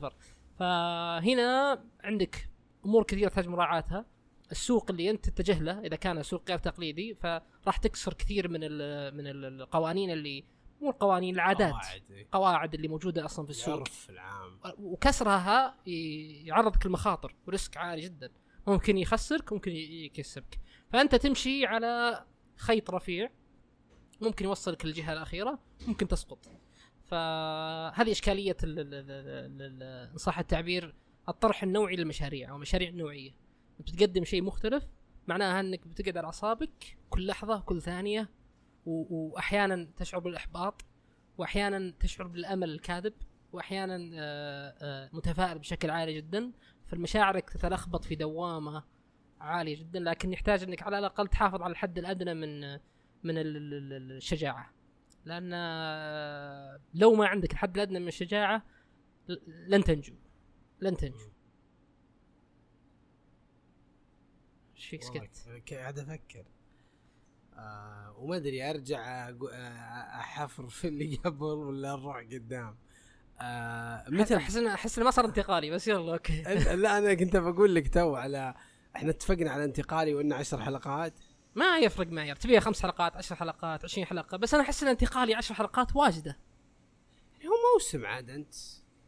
فهنا عندك امور كثيره تحتاج مراعاتها السوق اللي انت تتجه له اذا كان سوق غير تقليدي فراح تكسر كثير من ال من ال- القوانين اللي مو القوانين العادات قواعد، إيه. القواعد اللي موجوده اصلا في السوق العرف العام وكسرها ي- يعرضك لمخاطر وريسك عالي جدا ممكن يخسرك ممكن ي- يكسبك فانت تمشي على خيط رفيع ممكن يوصلك للجهه الاخيره ممكن تسقط فهذه اشكاليه ال- ال- ال- ال- ال- ان صح التعبير الطرح النوعي للمشاريع او المشاريع النوعيه بتقدم شيء مختلف معناها انك بتقعد على اعصابك كل لحظه كل ثانيه و- واحيانا تشعر بالاحباط واحيانا تشعر بالامل الكاذب واحيانا آه، آه، متفائل بشكل عالي جدا فمشاعرك تتلخبط في دوامه عاليه جدا لكن يحتاج انك على الاقل تحافظ على الحد الادنى من من ال- ال- ال- الشجاعه لان آه، لو ما عندك الحد الادنى من الشجاعه ل- لن تنجو لن تنجو ايش فيك والله سكت؟ ك- قاعد افكر آه وما ادري ارجع أقو- آه، احفر في اللي قبل ولا اروح قدام آه متى *laughs* احس إنه- احس إنه ما صار انتقالي بس يلا اوكي لا انا كنت بقول لك تو على احنا اتفقنا على انتقالي وانه عشر حلقات ما يفرق معي تبيها خمس حلقات عشر حلقات عشرين حلقة بس أنا أحس أن انتقالي عشر حلقات واجدة يعني هو موسم عاد انت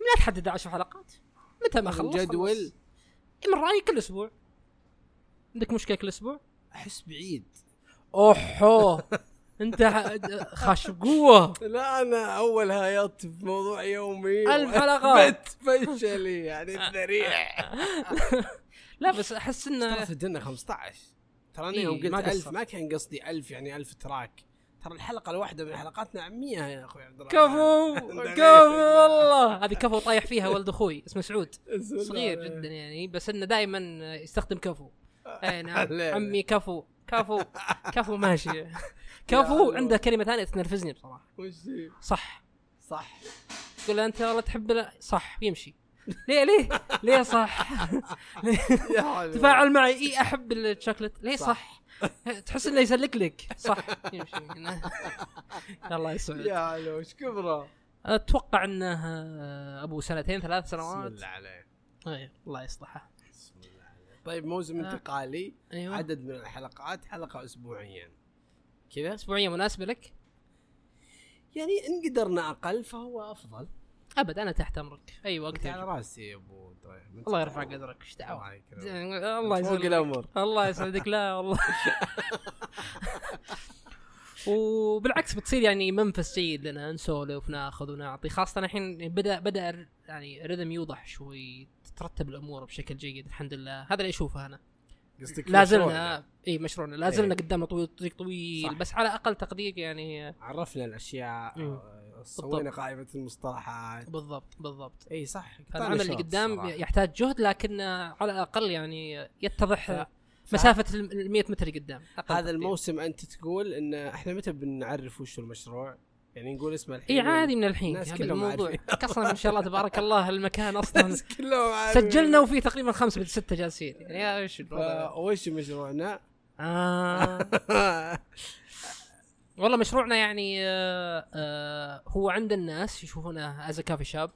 لا تحدد عشر حلقات متى ما خلص الجدول. خلص. إيه من رأيي كل أسبوع عندك مشكلة كل أسبوع احس بعيد أوحو *laughs* أنت خاش بقوة *laughs* لا انا اول هايطت في موضوع يومي ألف حلقات. *laughs* وأثبت فشلي يعني الذريع لا بس أحس ترى أنه سجلنا 15 ترى انا آه. إيه، يوم قلت ما 1000 قصر. ما كان قصدي 1000 يعني 1000 تراك ترى الحلقه الواحده من حلقاتنا عمية يا اخوي عبد الرحمن كفو كفو والله هذه كفو طايح فيها ولد أخوي اسمه سعود صغير جدا يعني بس انه دائما يستخدم *laughs* كفو اي نعم ليه؟ عمي كفو *laughs* كفو كفو ماشي كفو الله. عنده كلمه ثانيه تنرفزني بصراحه وش ذي؟ صح صح تقول له انت والله تحب لا- صح يمشي ليه ليه ليه *laughs* صح ليه؟ *laughs* يا حلو. تفاعل معي اي احب الشوكلت ليه صح. صح تحس انه يسلك لك صح يمشي *laughs* الله يسعدك يا حلو ايش كبره اتوقع انه آه، ابو سنتين ثلاث بسم سنوات الله عليك أي، الله يصلحه بسم الله عليك طيب موسم آه. انتقالي ايوه عدد من الحلقات حلقه اسبوعيا كذا اسبوعيه مناسبه لك يعني ان قدرنا اقل فهو افضل ابد انا تحت امرك اي وقت انت على يجي. راسي يا ابو طيب أنت- الله يرفع قدرك ايش الله دعوه عليك. الله فوق يسلمك الامر الله يسعدك لا *laughs* والله وبالعكس بتصير يعني منفس جيد لنا نسولف ناخذ ونعطي خاصه الحين بدا بدا الر- يعني رذم يوضح شوي تترتب الامور بشكل جيد الحمد لله هذا اللي اشوفه انا قصدك لا مشروعنا. زلنا اي مشروعنا لا زلنا إيه. قدامنا طويل طريق طويل صح. بس على اقل تقدير يعني عرفنا الاشياء مم. آه، سوينا قائمه المصطلحات بالضبط بالضبط اي صح العمل اللي قدام يحتاج جهد لكن على الاقل يعني يتضح مسافه ال 100 متر قدام أقل هذا تقدير. الموسم انت تقول ان احنا متى بنعرف وش المشروع؟ يعني نقول اسمه الحين اي عادي من الحين الناس هذا كلهم الموضوع عارفين. اصلا ما شاء الله *laughs* تبارك الله المكان اصلا الناس كلهم عارفين. سجلنا وفي تقريبا خمسه من سته جالسين يعني يا ايش الوضع؟ فا آه، وش مشروعنا؟ *laughs* آه. والله مشروعنا يعني آه آه هو عند الناس يشوفونه از كافي شاب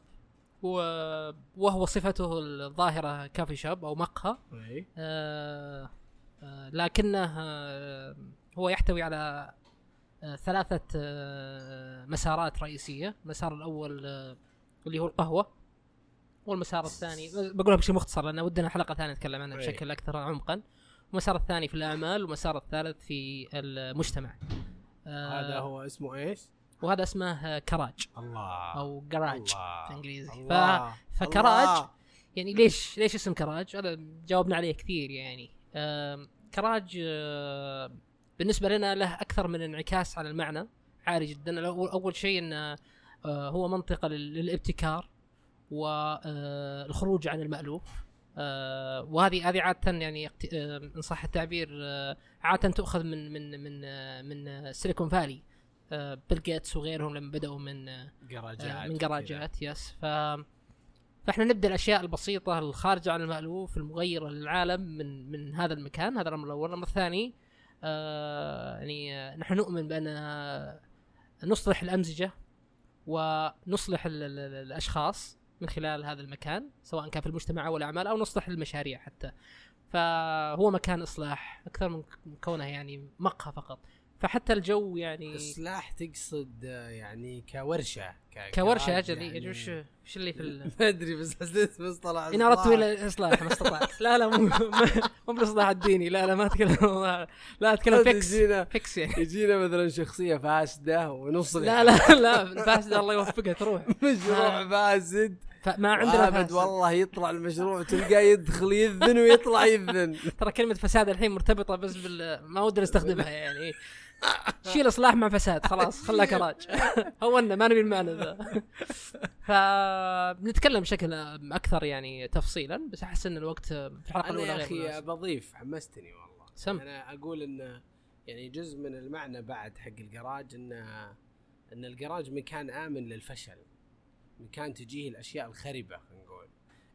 و- وهو صفته الظاهره كافي شاب او مقهى إي. آه، آه، لكنه آه، هو يحتوي على آه، ثلاثة آه، مسارات رئيسية، المسار الأول آه، اللي هو القهوة والمسار الثاني بقولها بشيء مختصر لأن ودنا حلقة ثانية نتكلم عنها إيه. بشكل أكثر عمقا. المسار الثاني في الأعمال والمسار الثالث في المجتمع. آه، هذا هو اسمه ايش؟ وهذا اسمه آه، كراج الله أو جراج الله. في انجليزي. ف... الله. فكراج الله. يعني ليش ليش اسم كراج؟ هذا جاوبنا عليه كثير يعني. آم، كراج آم، بالنسبه لنا له اكثر من انعكاس على المعنى عالي جدا، الأول- اول شيء انه آه، هو منطقه لل- للابتكار والخروج عن المالوف. آه، وهذه هذه عاده يعني اقت- آم، ان صح التعبير آه، عاده تؤخذ من من من آه، من سيليكون فالي آه، بيل جيتس وغيرهم لما بداوا من آه، جراجات من جراجات يس ف فاحنا نبدا الاشياء البسيطه الخارجه عن المالوف المغيره للعالم من من هذا المكان هذا الامر الاول الامر الثاني آه يعني آه، نحن نؤمن باننا نصلح الامزجه ونصلح ال ال ال الاشخاص من خلال هذا المكان سواء كان في المجتمع او الاعمال او نصلح المشاريع حتى فهو مكان اصلاح اكثر من كونه يعني مقهى فقط فحتى الجو يعني اصلاح تقصد آه، يعني كورشه ك- كورشه كراج اجل يعني يعني. وش وش اللي في ال... *laughs* ما ادري بس حسيت بس طلع ان اردت الى الاصلاح ما استطعت لا لا مو *laughs* ما- مو بالاصلاح الديني لا لا ما اتكلم لا اتكلم فيكس يجينا *laughs* فيكس يعني يجينا مثلا شخصيه فاسده ونصلح لا لا لا الفاسد الله يوفقها تروح *laughs* مشروع فاسد فما عندنا عندنا فاسد عبد والله يطلع المشروع تلقاه يدخل يذن ويطلع *laughs* يذن ترى كلمه فساد الحين مرتبطه بس بال ما ودنا نستخدمها يعني شيل اصلاح مع فساد خلاص خلها كراج *laughs* هونا ما نبي المعنى ذا *laughs* فبنتكلم بشكل اكثر يعني تفصيلا بس احس ان الوقت في الحلقه انا الاولى يا غير اخي مناسب. بضيف حمستني والله سم. انا اقول انه يعني جزء من المعنى بعد حق الجراج انه ان الجراج مكان امن للفشل مكان تجيه الاشياء الخربه خلينا نقول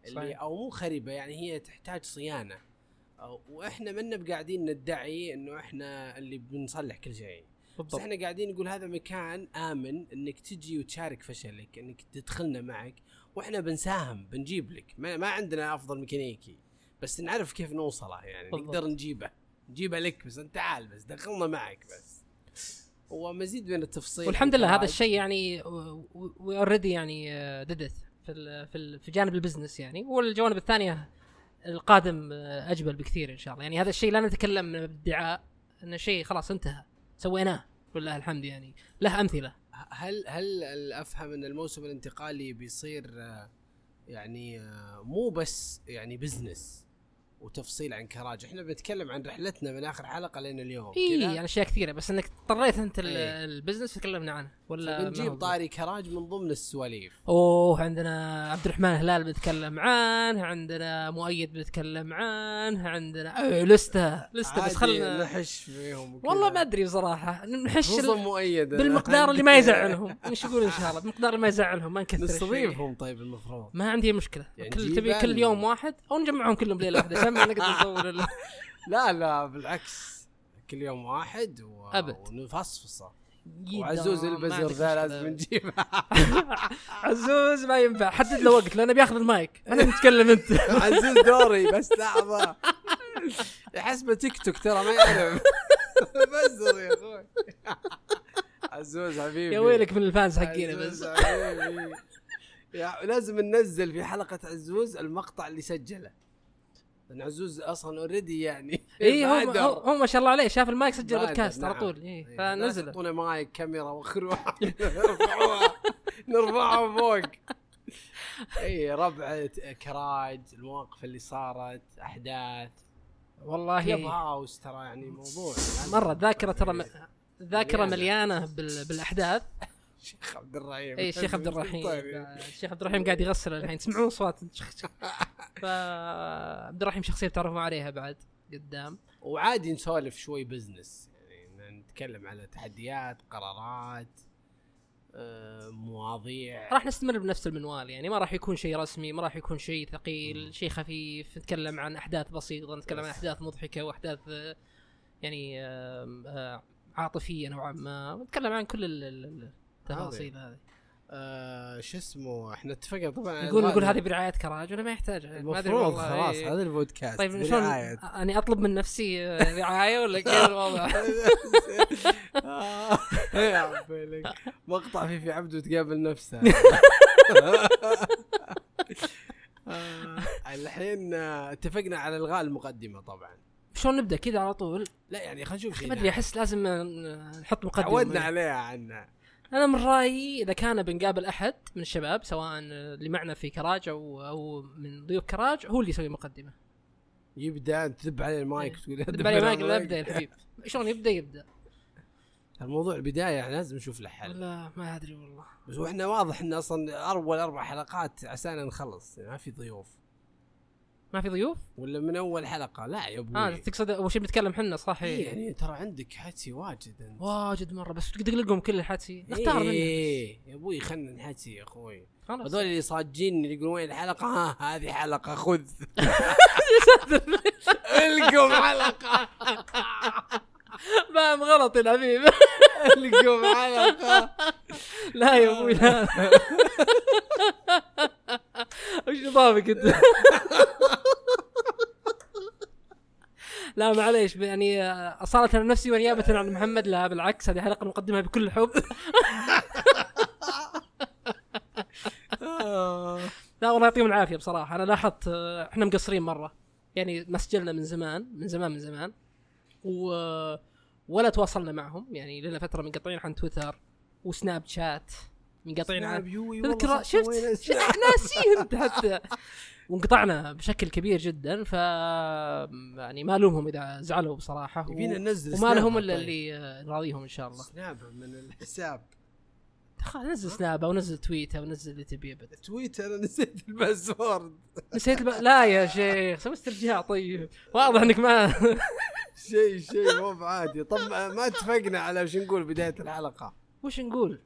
اللي صحيح. او مو خربه يعني هي تحتاج صيانه أو- واحنا منا بقاعدين ندعي انه احنا اللي بنصلح كل شيء بس بالضبط احنا قاعدين نقول هذا مكان امن انك تجي وتشارك فشلك انك تدخلنا معك واحنا بنساهم بنجيب لك ما, ما عندنا افضل ميكانيكي بس نعرف كيف نوصله يعني بالضبط. نقدر نجيبه نجيبه لك بس انت تعال بس دخلنا معك بس ومزيد من التفصيل والحمد لله هذا والكراج. الشيء يعني وي اوريدي يعني ديدث في ال في ال في جانب البزنس يعني والجوانب الثانيه القادم آه، اجمل بكثير ان شاء الله يعني هذا الشيء لا نتكلم من ادعاء انه شيء خلاص انتهى سويناه ولله الحمد يعني له امثله هل هل ال- افهم ان الموسم الانتقالي بيصير آه، يعني آه، مو بس يعني بزنس وتفصيل عن كراج احنا بنتكلم عن رحلتنا من اخر حلقه لين اليوم اي كذا؟ يعني اشياء كثيره بس انك اضطريت انت ال- إيه. البزنس تكلمنا عنه ولا ما هو- بنجيب طاري كراج من ضمن السواليف اوه عندنا عبد الرحمن هلال بنتكلم عنه عندنا مؤيد بنتكلم عنه عندنا أوه لسته لسته عادي بس خلنا نحش فيهم وكذا. والله ما ادري بصراحه نحش ال- خصوصا مؤيد بالمقدار اللي ما يزعلهم مش يقول ان شاء الله بالمقدار اللي ما يزعلهم ما نكثر *laughs* الشيء. نستضيفهم طيب المفروض ما عندي مشكله يعني كل جيبان. تبي كل يوم واحد او نجمعهم كلهم ليله واحده عشان ما نقدر نصور الا لا لا بالعكس كل يوم واحد و... أبد. ونفصفصه وعزوز البزر ذا لازم نجيبه عزوز ما ينفع حدد له وقت لانه بياخذ المايك انا بتكلم *laughs* انت *laughs* عزوز دوري بس *laughs* لحظه حسبه تيك توك ترى ما يعرف *laughs* بزر يا اخوي عزوز حبيبي يا ويلك من الفانز حقينا عزوز بس إيه، حبيبي. يا لازم ننزل في حلقه عزوز المقطع اللي سجله لان عزوز اصلا اوريدي يعني اي هو بادر. هو- هو ما شاء الله عليه شاف المايك سجل بادر، بودكاست على نعم. طول إيه، اي لا فنزله تحطونا مايك كاميرا *laughs* وخروها نرفعوها نرفعها فوق اي ربع كراج المواقف اللي صارت احداث كلب والله هاوس ترى يعني موضوع مره الذاكره ترى م- إيه. الذاكره مليانة. مليانه بال- بالاحداث الشيخ عبد الرحيم اي إيه، الشيخ عبد الرحيم آه، طيب. الشيخ عبد الرحيم قاعد يغسل الحين تسمعون صوت *laughs* ف عبد الرحيم شخصيه بتعرفون عليها بعد قدام وعادي نسولف شوي بزنس يعني نتكلم على تحديات قرارات آه، مواضيع راح نستمر بنفس المنوال يعني ما راح يكون شيء رسمي ما راح يكون شيء ثقيل شيء خفيف نتكلم عن احداث بسيطه نتكلم عن بس. احداث مضحكه واحداث آه، يعني آم، آه، عاطفيه نوعا ما نتكلم عن كل ال- ال- ال- التفاصيل هذه آه، شو اسمه احنا اتفقنا طبعا نقول نقول هذه برعايه كراج ولا ما يحتاج ما أدري آه، المفروض والله، خلاص إيه. هذا البودكاست طيب شلون برعاية. اني اطلب من نفسي آه، رعايه ولا كيف الوضع؟ آه، *laughs* يا عبيلك مقطع في في عبده تقابل نفسها آه، الحين آه، اتفقنا على الغاء المقدمه طبعا شلون نبدا كذا على طول؟ لا يعني خلينا نشوف ما ادري شيء احس لازم آه، نحط مقدمه تعودنا عليها عنا انا من رايي اذا كان بنقابل احد من الشباب سواء اللي معنا في كراج او او من ضيوف كراج هو اللي يسوي مقدمه يبدا انت إيه. تذب عليه المايك تقول بالي ما اقدر ابدا يا الحبيب شلون يبدا يبدا الموضوع البدايه يعني لازم نشوف له حل لا ما ادري والله بس واحنا واضح ان اصلا اول اربع حلقات عسانا نخلص يعني ما في ضيوف ما في ضيوف؟ ولا من اول حلقه لا يا اه ابوي تقصد اول شيء بنتكلم حنا صح إيه، يعني ترى عندك حكي واجد انت واجد مره بس تقلقهم كل الحاتي نختار منه إيه يا ابوي خلنا نحكي يا اخوي خلاص *laughs* هذول اللي صاجين اللي يقولون وين الحلقه ها هذه حلقه *laughs* خذ القم حلقه فاهم غلط يا الحبيب القم حلقه لا يا ابوي لا *laughs* وش نظامك انت؟ *laughs* لا معليش يعني اصالة عن نفسي ونيابة عن محمد لا بالعكس هذه حلقة نقدمها بكل حب لا والله يعطيهم العافية بصراحة انا لاحظت آه، احنا مقصرين مرة يعني ما سجلنا من زمان من زمان من زمان و ولا تواصلنا معهم يعني لنا فترة منقطعين عن تويتر وسناب شات طيب، منقطعين نعم. عن تذكر شفت شفت- *laughs* ناسيه انت حتى وانقطعنا بشكل كبير جدا ف يعني ما الومهم اذا زعلوا بصراحه و... يبينا ننزل وما لهم سنابها الا طيب. اللي آه، نراضيهم ان شاء الله سناب من الحساب خلاص نزل سنابه ونزل تويته ونزل اللي تبيه بد *laughs* تويتر انا نسيت الباسورد نسيت الب... لا يا شيخ سوي استرجاع طيب واضح انك ما *laughs* شيء شيء مو بعادي طب ما اتفقنا على وش نقول بدايه الحلقه وش نقول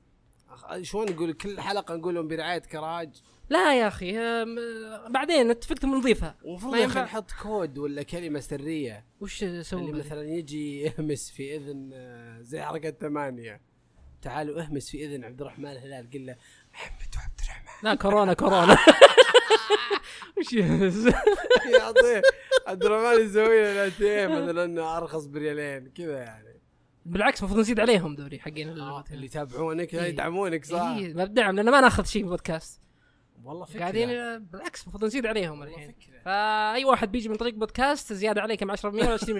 أخ- شلون نقول كل حلقه نقول لهم برعايه كراج لا يا اخي آم، بعدين اتفقتم نضيفها المفروض ما يا أخي ينفع. نحط كود ولا كلمه سريه وش اللي نسوي مثلا يجي يهمس في اذن آه، زي حركه ثمانيه تعالوا اهمس في اذن عبد الرحمن هلال قل له محمد وعبد الرحمن *laughs* لا كورونا كورونا وش *laughs* يعطيه عبد الرحمن يسوي له لاتيه مثلا ارخص بريالين كذا يعني بالعكس المفروض نزيد عليهم دوري حقين ال- آه، اللي يتابعونك إيه. يدعمونك صح؟ اي ما بدعم لان ما ناخذ شيء من البودكاست والله فكره قاعدين بالعكس المفروض نزيد عليهم والله الحين فكره فاي واحد بيجي من طريق بودكاست زياده عليه كم 10% ولا 20%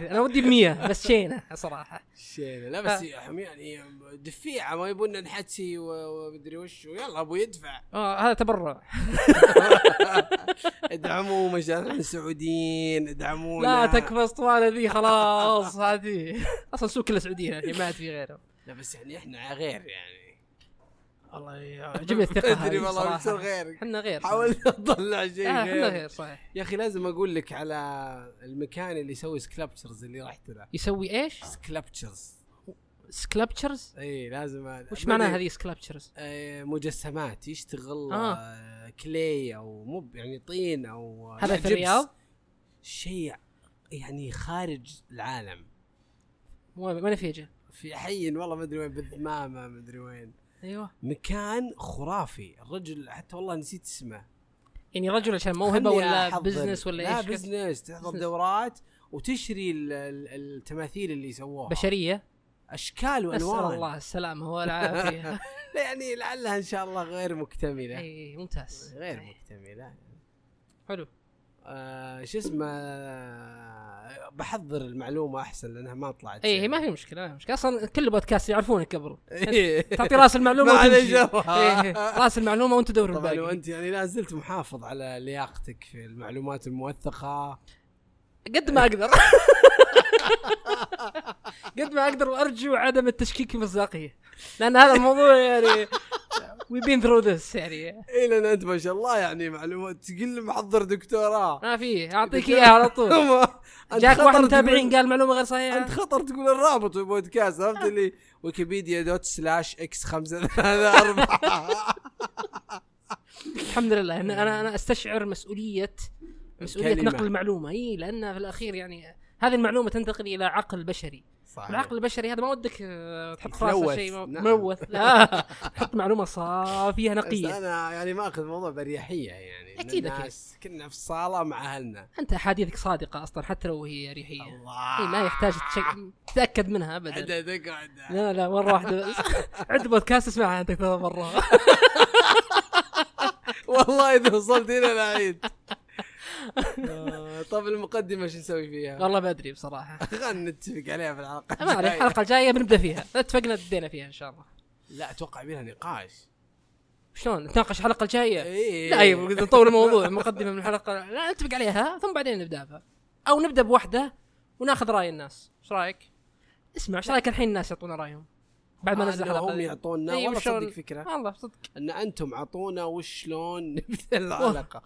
انا ودي ب 100 بس شينه صراحه شيله لا بس هم يعني دفيعه ما يبون نحتسي و- ومدري وش يلا ابو يدفع *laughs* آه هذا تبرع ادعموا مشاريع السعوديين ادعمونا لا تكفى اسطوانه ذي خلاص هذه اصلا السوق كله سعوديين الحين ما عاد في غيره لا بس يعني احنا غير *laughs* يعني والله عجبني الثقه ما أدري هذه والله صراحة. وش غير. احنا غير حاولنا نطلع شيء آه، احنا غير غير صحيح يا اخي لازم اقول لك على المكان اللي يسوي سكلبتشرز اللي رحت له يسوي ايش؟ سكلبتشرز سكلبتشرز؟ اي لازم أ- وش ما معناها أدري. هذه سكلبتشرز؟ آه، مجسمات يشتغل آه. آه. كلي او مو ب- يعني طين او هذا في جبس. الرياض؟ شيء يعني خارج العالم وين- وين فيجي؟ في حي والله ما ادري وين بالذمامه ما ادري وين ايوه مكان خرافي الرجل حتى والله نسيت اسمه يعني رجل عشان موهبه خلني ولا أحضر. بزنس ولا لا ايش؟ بزنس تحضر بزنس. دورات وتشري ال- ال- التماثيل اللي سووها بشريه اشكال اسال والوان الله السلامه *laughs* والعافيه لا يعني لعلها ان شاء الله غير مكتمله اي ممتاز غير مكتمله حلو آه شو اسمه آه، بحضر المعلومه احسن لانها ما طلعت اي *laughs* إيه، ما في مشكله ما في مشكله اصلا كل بودكاست يعرفونك قبل إيه. تعطي راس المعلومه ما عليه وتمشي. جو. إيه، إيه. راس المعلومه وانت دور طبعا الباقي وانت يعني لا زلت محافظ على لياقتك في المعلومات الموثقه قد ما اقدر *laughs* قد ما اقدر وارجو عدم التشكيك في مصداقيه لان هذا الموضوع يعني وي بين ثرو *laughs* ذس يعني اي لان انت ما شاء الله يعني معلومات تقول محضر دكتوراه *laughs* ما في اعطيك اياها على طول أنت جاك واحد خطر متابعين تقول- قال معلومه غير صحيحه انت خطر تقول الرابط في البودكاست عرفت اللي ويكيبيديا دوت سلاش اكس خمسة ثلاثة *laughs* أربعة الحمد لله إن انا انا استشعر مسؤوليه مسؤوليه الكلمة. نقل المعلومه اي لان في الاخير يعني هذه المعلومه تنتقل الى عقل بشري صحيح. العقل البشري هذا ما ودك آه، تحط في راسه طيب. يتلوث. شيء مو- نعم. *laughs* ملوث لا تحط معلومه صافيه بس نقيه انا يعني ما اخذ الموضوع باريحيه يعني إن أكيد، الناس كنا في صاله مع اهلنا انت احاديثك صادقه اصلا حتى لو هي ريحيه الله إيه ما يحتاج تشك... تتاكد منها ابدا عدد اقعد لا لا مره واحده بس *laughs* عد بودكاست اسمعها انت ثلاث *laughs* مرات والله اذا وصلت هنا لا عيد آه، طب المقدمه شو نسوي فيها؟ والله ما ادري بصراحه خلينا نتفق عليها في الحلقه ما عليه الجاية. الحلقه الجايه بنبدا فيها اتفقنا بدينا فيها ان شاء الله لا اتوقع بينها نقاش شلون نتناقش الحلقه الجايه اي لا ايوه بدنا نطور الموضوع مقدمه من الحلقه لا نتفق عليها ثم بعدين نبدا بها او نبدا بوحده وناخذ راي الناس ايش رايك؟ اسمع ايش رايك الحين الناس يعطونا رايهم بعد ما نزل الحلقه آه، هم ذي؟ يعطونا إيه، والله وشلون- صدق فكره والله صدق ان انتم اعطونا وشلون *laughs* نبدا الحلقه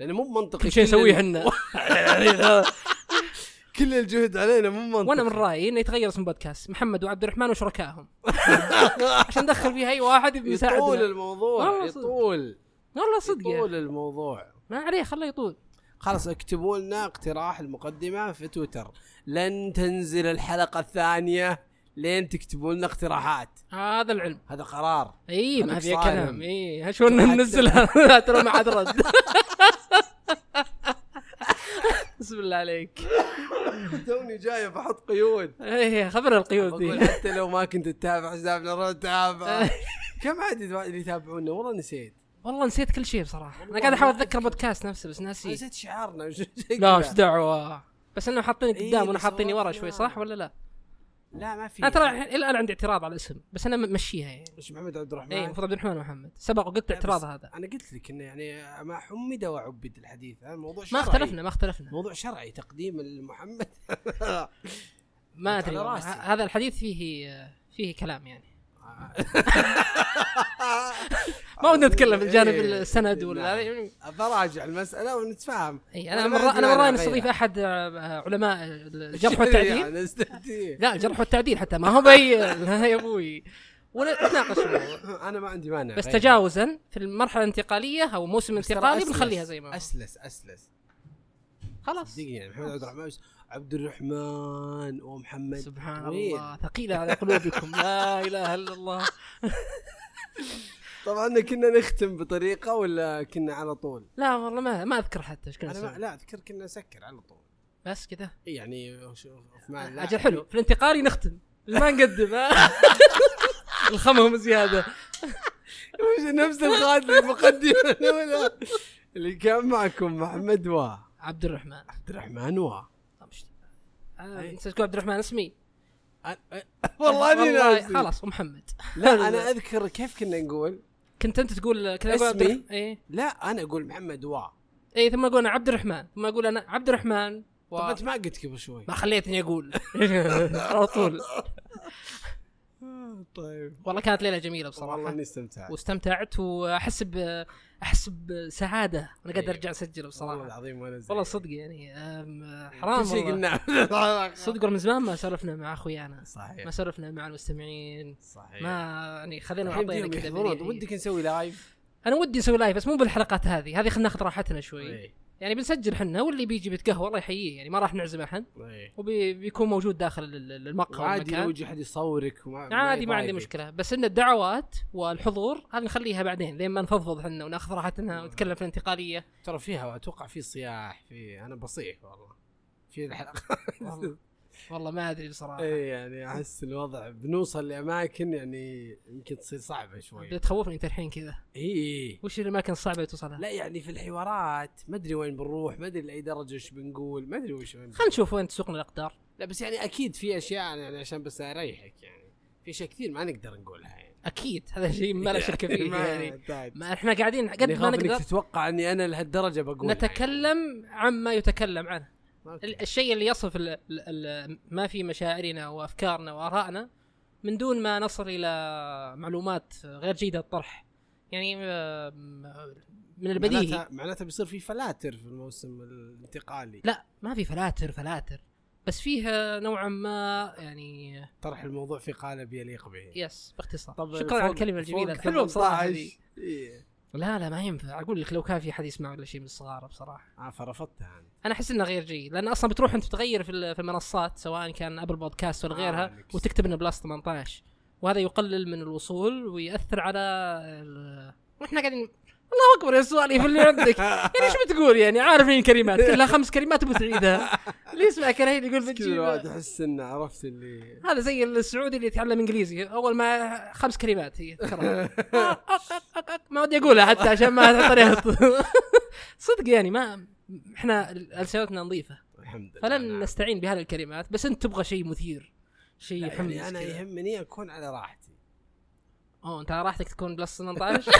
لانه مو منطقي كل شيء كل نسويه ال- احنا *laughs* كل الجهد علينا مو منطقي وانا من رايي انه يتغير اسم بودكاست محمد وعبد الرحمن وشركائهم عشان ندخل فيه اي واحد *laughs* يبي يطول يساعدنا الموضوع والله صدق. يطول والله صدق يا أخي. يطول الموضوع ما عليه خله يطول خلاص اكتبوا لنا اقتراح المقدمه في تويتر لن تنزل الحلقه الثانيه لين تكتبوا لنا اقتراحات هذا العلم هذا *laughs* قرار اي ما هذاك في صارم. كلام اي شو بدنا *laughs* ننزلها ترى ما حد رد *laughs* بسم الله عليك توني جاي بحط قيود ايه خبر القيود بقول ذي حتى لو ما كنت تتابع حسابنا روح *laughs* تابع كم عاد اللي يتابعونا والله نسيت والله نسيت كل شيء بصراحه انا قاعد احاول اتذكر بودكاست نفسه بس ناسي نسيت شعارنا وش- لا شكله. ايش دعوه بس انه حاطيني إيه، قدام وانا اللي حاطيني ورا سواه شوي فينا. صح ولا لا؟ لا ما في يعني. انا ترى الحين- الان عندي اعتراض على الاسم بس انا ممشيها يعني مش محمد عبد الرحمن اي المفروض عبد الرحمن محمد سبق وقلت اعتراض هذا انا قلت لك انه يعني ما حمد وعبد الحديث هذا الموضوع ما شرعي اختلفنا ما اختلفنا موضوع شرعي تقديم المحمد ما أنت على ادري والله. راسي. ه- هذا الحديث فيه فيه كلام يعني ما ودنا *laughs* نتكلم في الجانب إيه. السند ولا نعم. يعني براجع المساله ونتفاهم اي انا ولا من ما رأ- عندي انا من مانع رايي أغير. نستضيف احد آه، علماء الجرح والتعديل *laughs* يعني استهدي. لا الجرح والتعديل حتى ما هو بي *laughs* لا يا ابوي ونتناقش الموضوع. انا ما عندي مانع بس غير. تجاوزا في المرحله الانتقاليه او موسم بس ترى انتقالي أسلس. بنخليها زي ما هو. اسلس اسلس خلاص صدقني يعني محمد عبد الرحمن بس عبد الرحمن ومحمد سبحان طويل. الله ثقيله على قلوبكم لا اله الا الله طبعا كنا نختم بطريقه ولا كنا على طول؟ لا والله ما ما اذكر حتى ايش كنا انا ما نسوي. لا اذكر كنا نسكر على طول بس كذا إي يعني شوف عثمان لا. اجل حلو في آه. الانتقالي نختم ما نقدم ها؟ الخمهم زياده *laughs* وش نفس القائد المقدمه الاولى اللي كان معكم محمد و عبد عبد الرحمن الرحمن و طب شت- آه، نسيت تقول عبد الرحمن اسمي أ- أ- والله اني ناسي. خلاص محمد لا انا اذكر كيف كنا نقول كنت انت تقول كذا أقول عبد اسمي؟ الرح- ايه لا انا اقول محمد و ايه ثم اقول أنا عبد الرحمن ثم اقول انا عبد الرحمن و... طب انت ما قلت قبل شوي ما خليتني *laughs* اقول على طول طيب والله كانت ليله جميله والله بصراحه اني استمتعت واستمتعت واحس ب احس بسعاده انا قاعد أيوة. ارجع اسجل والله بصراحه العظيم وانا زين. والله صدق يعني أم، كل حرام شيء والله قلناه *laughs* صدق والله من زمان ما سولفنا مع اخويانا ما صحيح سولفنا مع المستمعين صحيح ما يعني خلينا إيه. الحين وعطينا بديهم كذا يحضرون بديهية. ودك نسوي لايف انا ودي اسوي لايف بس مو بالحلقات هذه هذه خلينا ناخذ راحتنا إيه. شوي يعني بنسجل احنا واللي بيجي بيتقهوى الله يحييه يعني ما راح نعزم احد إيه. وبيكون موجود داخل ال- ال- المقهى عادي والمكان. لو يجي احد يصورك وما- ما عادي ما عندي يضايقك. مشكله بس ان الدعوات والحضور هذه نخليها بعدين لين ما نفضفض احنا وناخذ آه. راحتنا ونتكلم في الانتقاليه ترى فيها اتوقع في صياح في انا بصيح والله في الحلقه *laughs* والله, والله ما ادري بصراحه اي يعني احس الوضع بنوصل لاماكن يعني يمكن تصير صعبه شوي إيه، اي بدأت تخوفني انت الحين كذا إي. وش الاماكن الصعبه اللي توصلها لا يعني في الحوارات ما ادري وين بنروح ما ادري لاي درجه وش بنقول ما ادري وش بن- خلينا نشوف وين تسوقنا الاقدار لا بس يعني اكيد في اشياء يعني عشان بس اريحك يعني في اشياء كثير ما نقدر نقولها يعني اكيد هذا شيء ما لا شك *laughs* فيه ما- يعني تعال. ما احنا قاعدين قد اللي ما يخاف انك نقدر تتوقع اني انا لهالدرجه بقول نتكلم عما يتكلم عنه ال- يعني. الشيء اللي يصف ال ال ما في مشاعرنا وافكارنا وارائنا من دون ما نصل الى معلومات غير جيده الطرح يعني آه، من البديهي معناتها معناتها بيصير في فلاتر في الموسم الانتقالي لا ما في فلاتر فلاتر بس فيها نوعا ما يعني طرح الموضوع في قالب يليق به يس باختصار طب شكرا على فوق- الكلمه الجميله فوق حلو بصراحة هذه. 12 إيه. لا لا ما ينفع اقول لك لو كان في احد يسمع ولا شيء من الصغار بصراحه اه فرفضتها انا انا احس انه غير جيد لان اصلا بتروح انت تغير في ال- في المنصات سواء كان ابل بودكاست ولا آه، غيرها لك. وتكتب انه بلس 18 وهذا يقلل من الوصول وياثر على ال- واحنا قاعدين الله اكبر يا سواليف اللي عندك يعني ايش بتقول يعني عارف إن الكلمات كلها خمس كلمات وبتعيدها اللي يسمع كرهين يقول كذا الواحد بتجيبها. يحس انه عرفت اللي هذا زي السعودي اللي يتعلم انجليزي اول ما خمس كلمات أه، يتكرر. أق- أق- أق- أق. أه، ما ودي اقولها حتى عشان ما طريقة *laughs* صدق يعني ما احنا السنتنا نظيفه الحمد لله فلن نستعين بهذه الكلمات بس انت تبغى شيء مثير شيء نعم. يحمس يعني انا كذا. يهمني اكون على راحتي اوه انت على راحتك تكون بلس *laughs* 18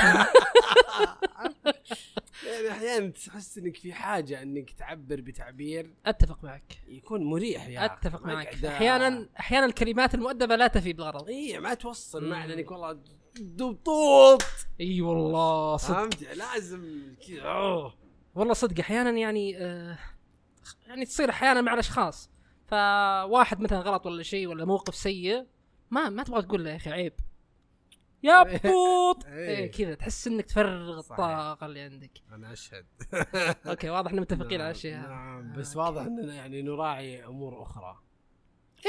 يعني احيانا تحس انك في حاجه انك تعبر بتعبير اتفق معك يكون مريح يا أخي. اتفق ما معك قاعد- احيانا احيانا الكلمات المؤدبه لا تفي بالغرض اي إيه، ما توصل مم. معنى انك والله دبطوط اي والله صدق فهمت لازم كذا أوه. والله صدق احيانا يعني آه يعني تصير احيانا مع الاشخاص فواحد مثلا غلط ولا شيء ولا موقف سيء ما ما تبغى تقول له يا اخي عيب *laughs* يا بطوط إيه. إيه، كذا تحس انك تفرغ صحيح. الطاقه اللي عندك انا اشهد اوكي واضح ان متفقين على نعم، الشيء هذا نعم آه، بس أوكي. واضح اننا يعني نراعي امور اخرى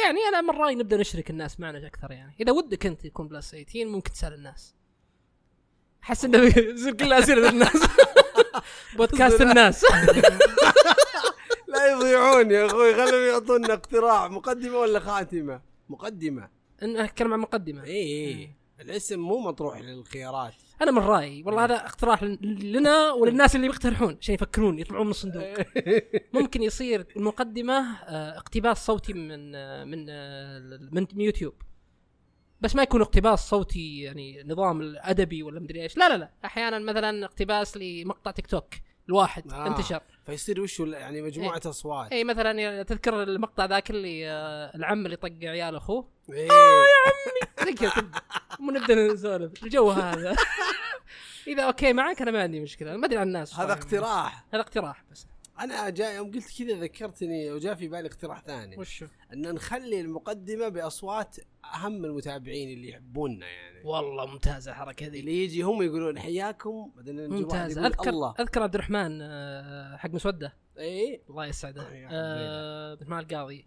يعني انا من رايي نبدا نشرك الناس معنا اكثر يعني اذا ودك انت يكون بلس 18 ممكن تسال الناس احس انه بيصير كل اسئله الناس بودكاست الناس لا يضيعون يا اخوي خلهم يعطونا اقتراح مقدمه ولا خاتمه مقدمه ان اتكلم عن مقدمه اي اي إيه، الاسم مو مطروح للخيارات انا من رايي والله هذا اقتراح لن- لنا وللناس اللي بيقترحون عشان يفكرون يطلعون من الصندوق إيه. ممكن يصير المقدمه آه، اقتباس صوتي من آه، من آه، من من يوتيوب بس ما يكون اقتباس صوتي يعني نظام الادبي ولا مدري ايش لا لا لا احيانا مثلا اقتباس لمقطع تيك توك الواحد آه. آه. انتشر فيصير وش هو يعني مجموعه إيه. اصوات اي مثلا يعني تذكر المقطع ذاك اللي آه، العم اللي طق عيال اخوه إيه. زي كذا تبدأ. ونبدا نسولف الجو هذا *laughs* اذا اوكي معك انا ما عندي مشكله ما ادري عن الناس هذا صراحة. اقتراح هذا اقتراح بس انا جاء يوم قلت كذا ذكرتني وجاء في بالي اقتراح ثاني وشو ان نخلي المقدمه باصوات اهم المتابعين اللي يحبوننا يعني والله ممتازه الحركه ذي اللي يجي هم يقولون حياكم بعدين نجي واحد ممتازه يقول اذكر الله إيه؟ اذكر عبد الرحمن آه، حق مسوده اي الله يسعده الله يحفظه. آه، عبد الرحمن القاضي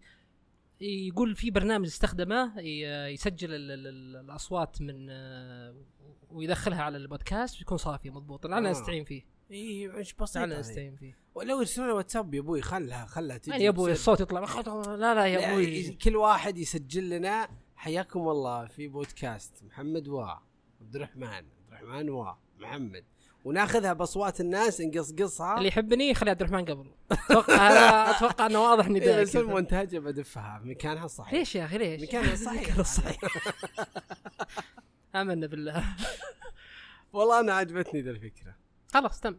يقول في برنامج استخدمه ي- يسجل ال- ال- ال- الاصوات من آه، ويدخلها على البودكاست يكون صافي مضبوط لعلنا آه. نستعين فيه اي ايش بسيطه لعلنا إيه، هذه. نستعين فيه ولو يرسلون واتساب يا ابوي خلها خلها تجي يعني يا ابوي بصير. الصوت يطلع لا لا يا لا، ابوي كل واحد يسجل لنا حياكم الله في بودكاست محمد وا عبد الرحمن عبد الرحمن ومحمد وناخذها باصوات الناس نقصقصها اللي يحبني خلي عبد الرحمن قبل اتوقع انا اتوقع انه واضح اني إيه، داعي بس كذا. المونتاج بدفها مكانها الصحيح ليش يا اخي ليش؟ مكانها صحيح مكانه الصحيح امنا بالله *laughs* والله انا عجبتني ذا الفكره خلاص تم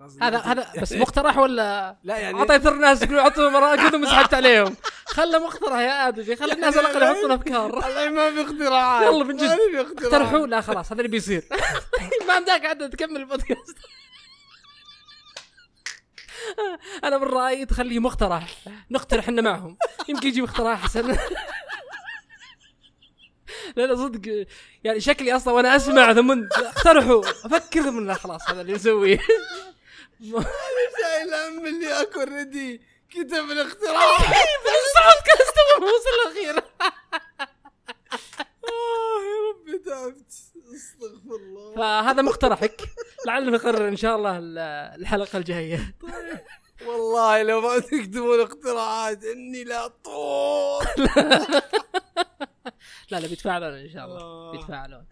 قصدي هذا أنت- هذا *laughs* بس مقترح ولا لا يعني *laughs* اعطيت الناس يقولوا حطوا مراكزهم وسحبت عليهم خله مقترح يا ادمي خلي الناس على الاقل يحطون افكار الحين ما في اختراعات يلا من جد. ما في اختراعات اقترحوا لا خلاص هذا اللي بيصير *laughs* ما عندك عاد تكمل البودكاست *laughs* انا من رايي تخليه مقترح نقترح احنا معهم يمكن يجيب اقتراح احسن *laughs* لا لا صدق يعني شكلي اصلا وانا اسمع ثم انت- اقترحوا افكر ثم لا خلاص هذا اللي نسويه *laughs* شايل هم اللي اكو ردي كتب *laughs* الاختراع البودكاست وصل الاخير آه، يا ربي تعبت استغفر الله فهذا مقترحك لعلنا نقرر ان شاء الله ال- الحلقه الجايه والله لو ما تكتبون اختراعات اني لا *laughs* طول لا لا بيتفاعلون ان شاء الله آه. بيتفاعلون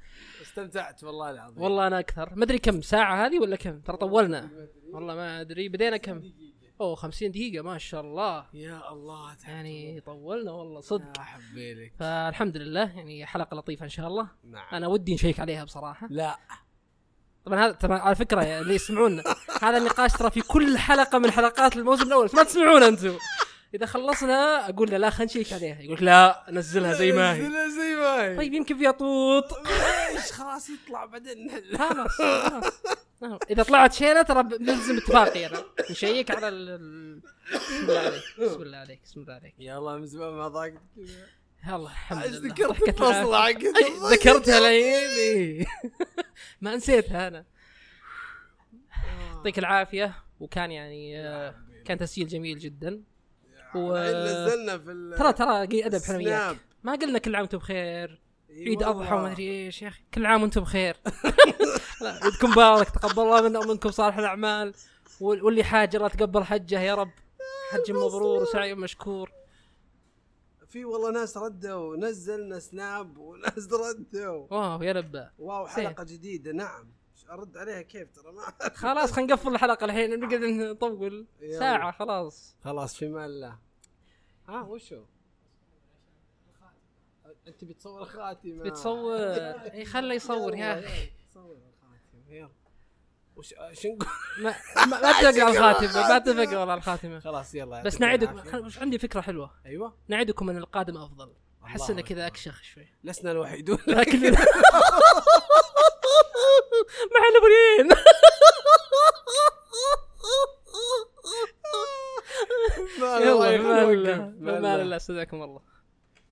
استمتعت والله العظيم والله انا اكثر ما ادري كم ساعه هذه ولا كم ترى طولنا والله ما ادري بدينا كم اوه 50 دقيقه ما شاء الله يا الله تعبت يعني طولنا والله صدق صدق يا حبيلك فالحمد لله يعني حلقه لطيفه ان شاء الله نعم انا ودي نشيك عليها بصراحه لا طبعا هذا طبعا على فكره يا اللي يسمعونا هذا النقاش ترى في كل حلقه من حلقات الموسم الاول بس ما تسمعونا انتم اذا خلصنا اقول له لا خلينا نشيك عليها يقول لك لا نزلها زي ما هي نزلها زي ما هي طيب يمكن فيها طوط ايش خلاص يطلع بعدين نحل خلاص خلاص اذا طلعت شيله ترى بنلزم اتفاقي انا نشيك على ال- ال- بسم الله عليك بسم الله عليك بسم الله عليك يا الله من زمان ما ضاقت يلا الحمد ايش لله ذكرت ضحكت العافية. الفصل حقت أي، *laughs* ذكرتها لعيني *laughs* ما نسيتها انا يعطيك العافيه وكان يعني آه، كان تسجيل جميل جدا و- نزلنا في ال- ترى ترى قي ادب احنا وياك سناب. ما قلنا كل عام وانتم بخير إي عيد اضحى والله. وما ادري ايش يا اخي كل عام وانتم *laughs* بخير لا عيدكم مبارك تقبل الله منا ومنكم صالح الاعمال وال- واللي حاج الله تقبل حجه يا رب حج مبرور وسعي مشكور في والله ناس ردوا نزلنا سناب وناس *laughs* ردوا واو يا لبا واو زين. حلقه جديدة نعم ارد عليها كيف ترى ما *laughs* خلاص خلينا نقفل الحلقه الحين نقعد نطول يلا. ساعه خلاص خلاص في مال الله ها وشو؟ انت بتصور خاتمه بتصور *laughs* اي خله يصور يا اخي تصور الخاتمه يلا وش شو نقول؟ ما ما ما اتفق على الخاتمه ما اتفق والله على الخاتمه خلاص يلا بس يعطيكم نعدكم العافية. خل- وش عندي فكره حلوه ايوه نعدكم ان القادم افضل احس الله انه أكبر. كذا اكشخ شوي لسنا *laughs* الوحيدون *laughs* لكن ما احنا بريئين ما يلا الله بأمان يخليك. الله بأمان بأمان الله استودعكم الله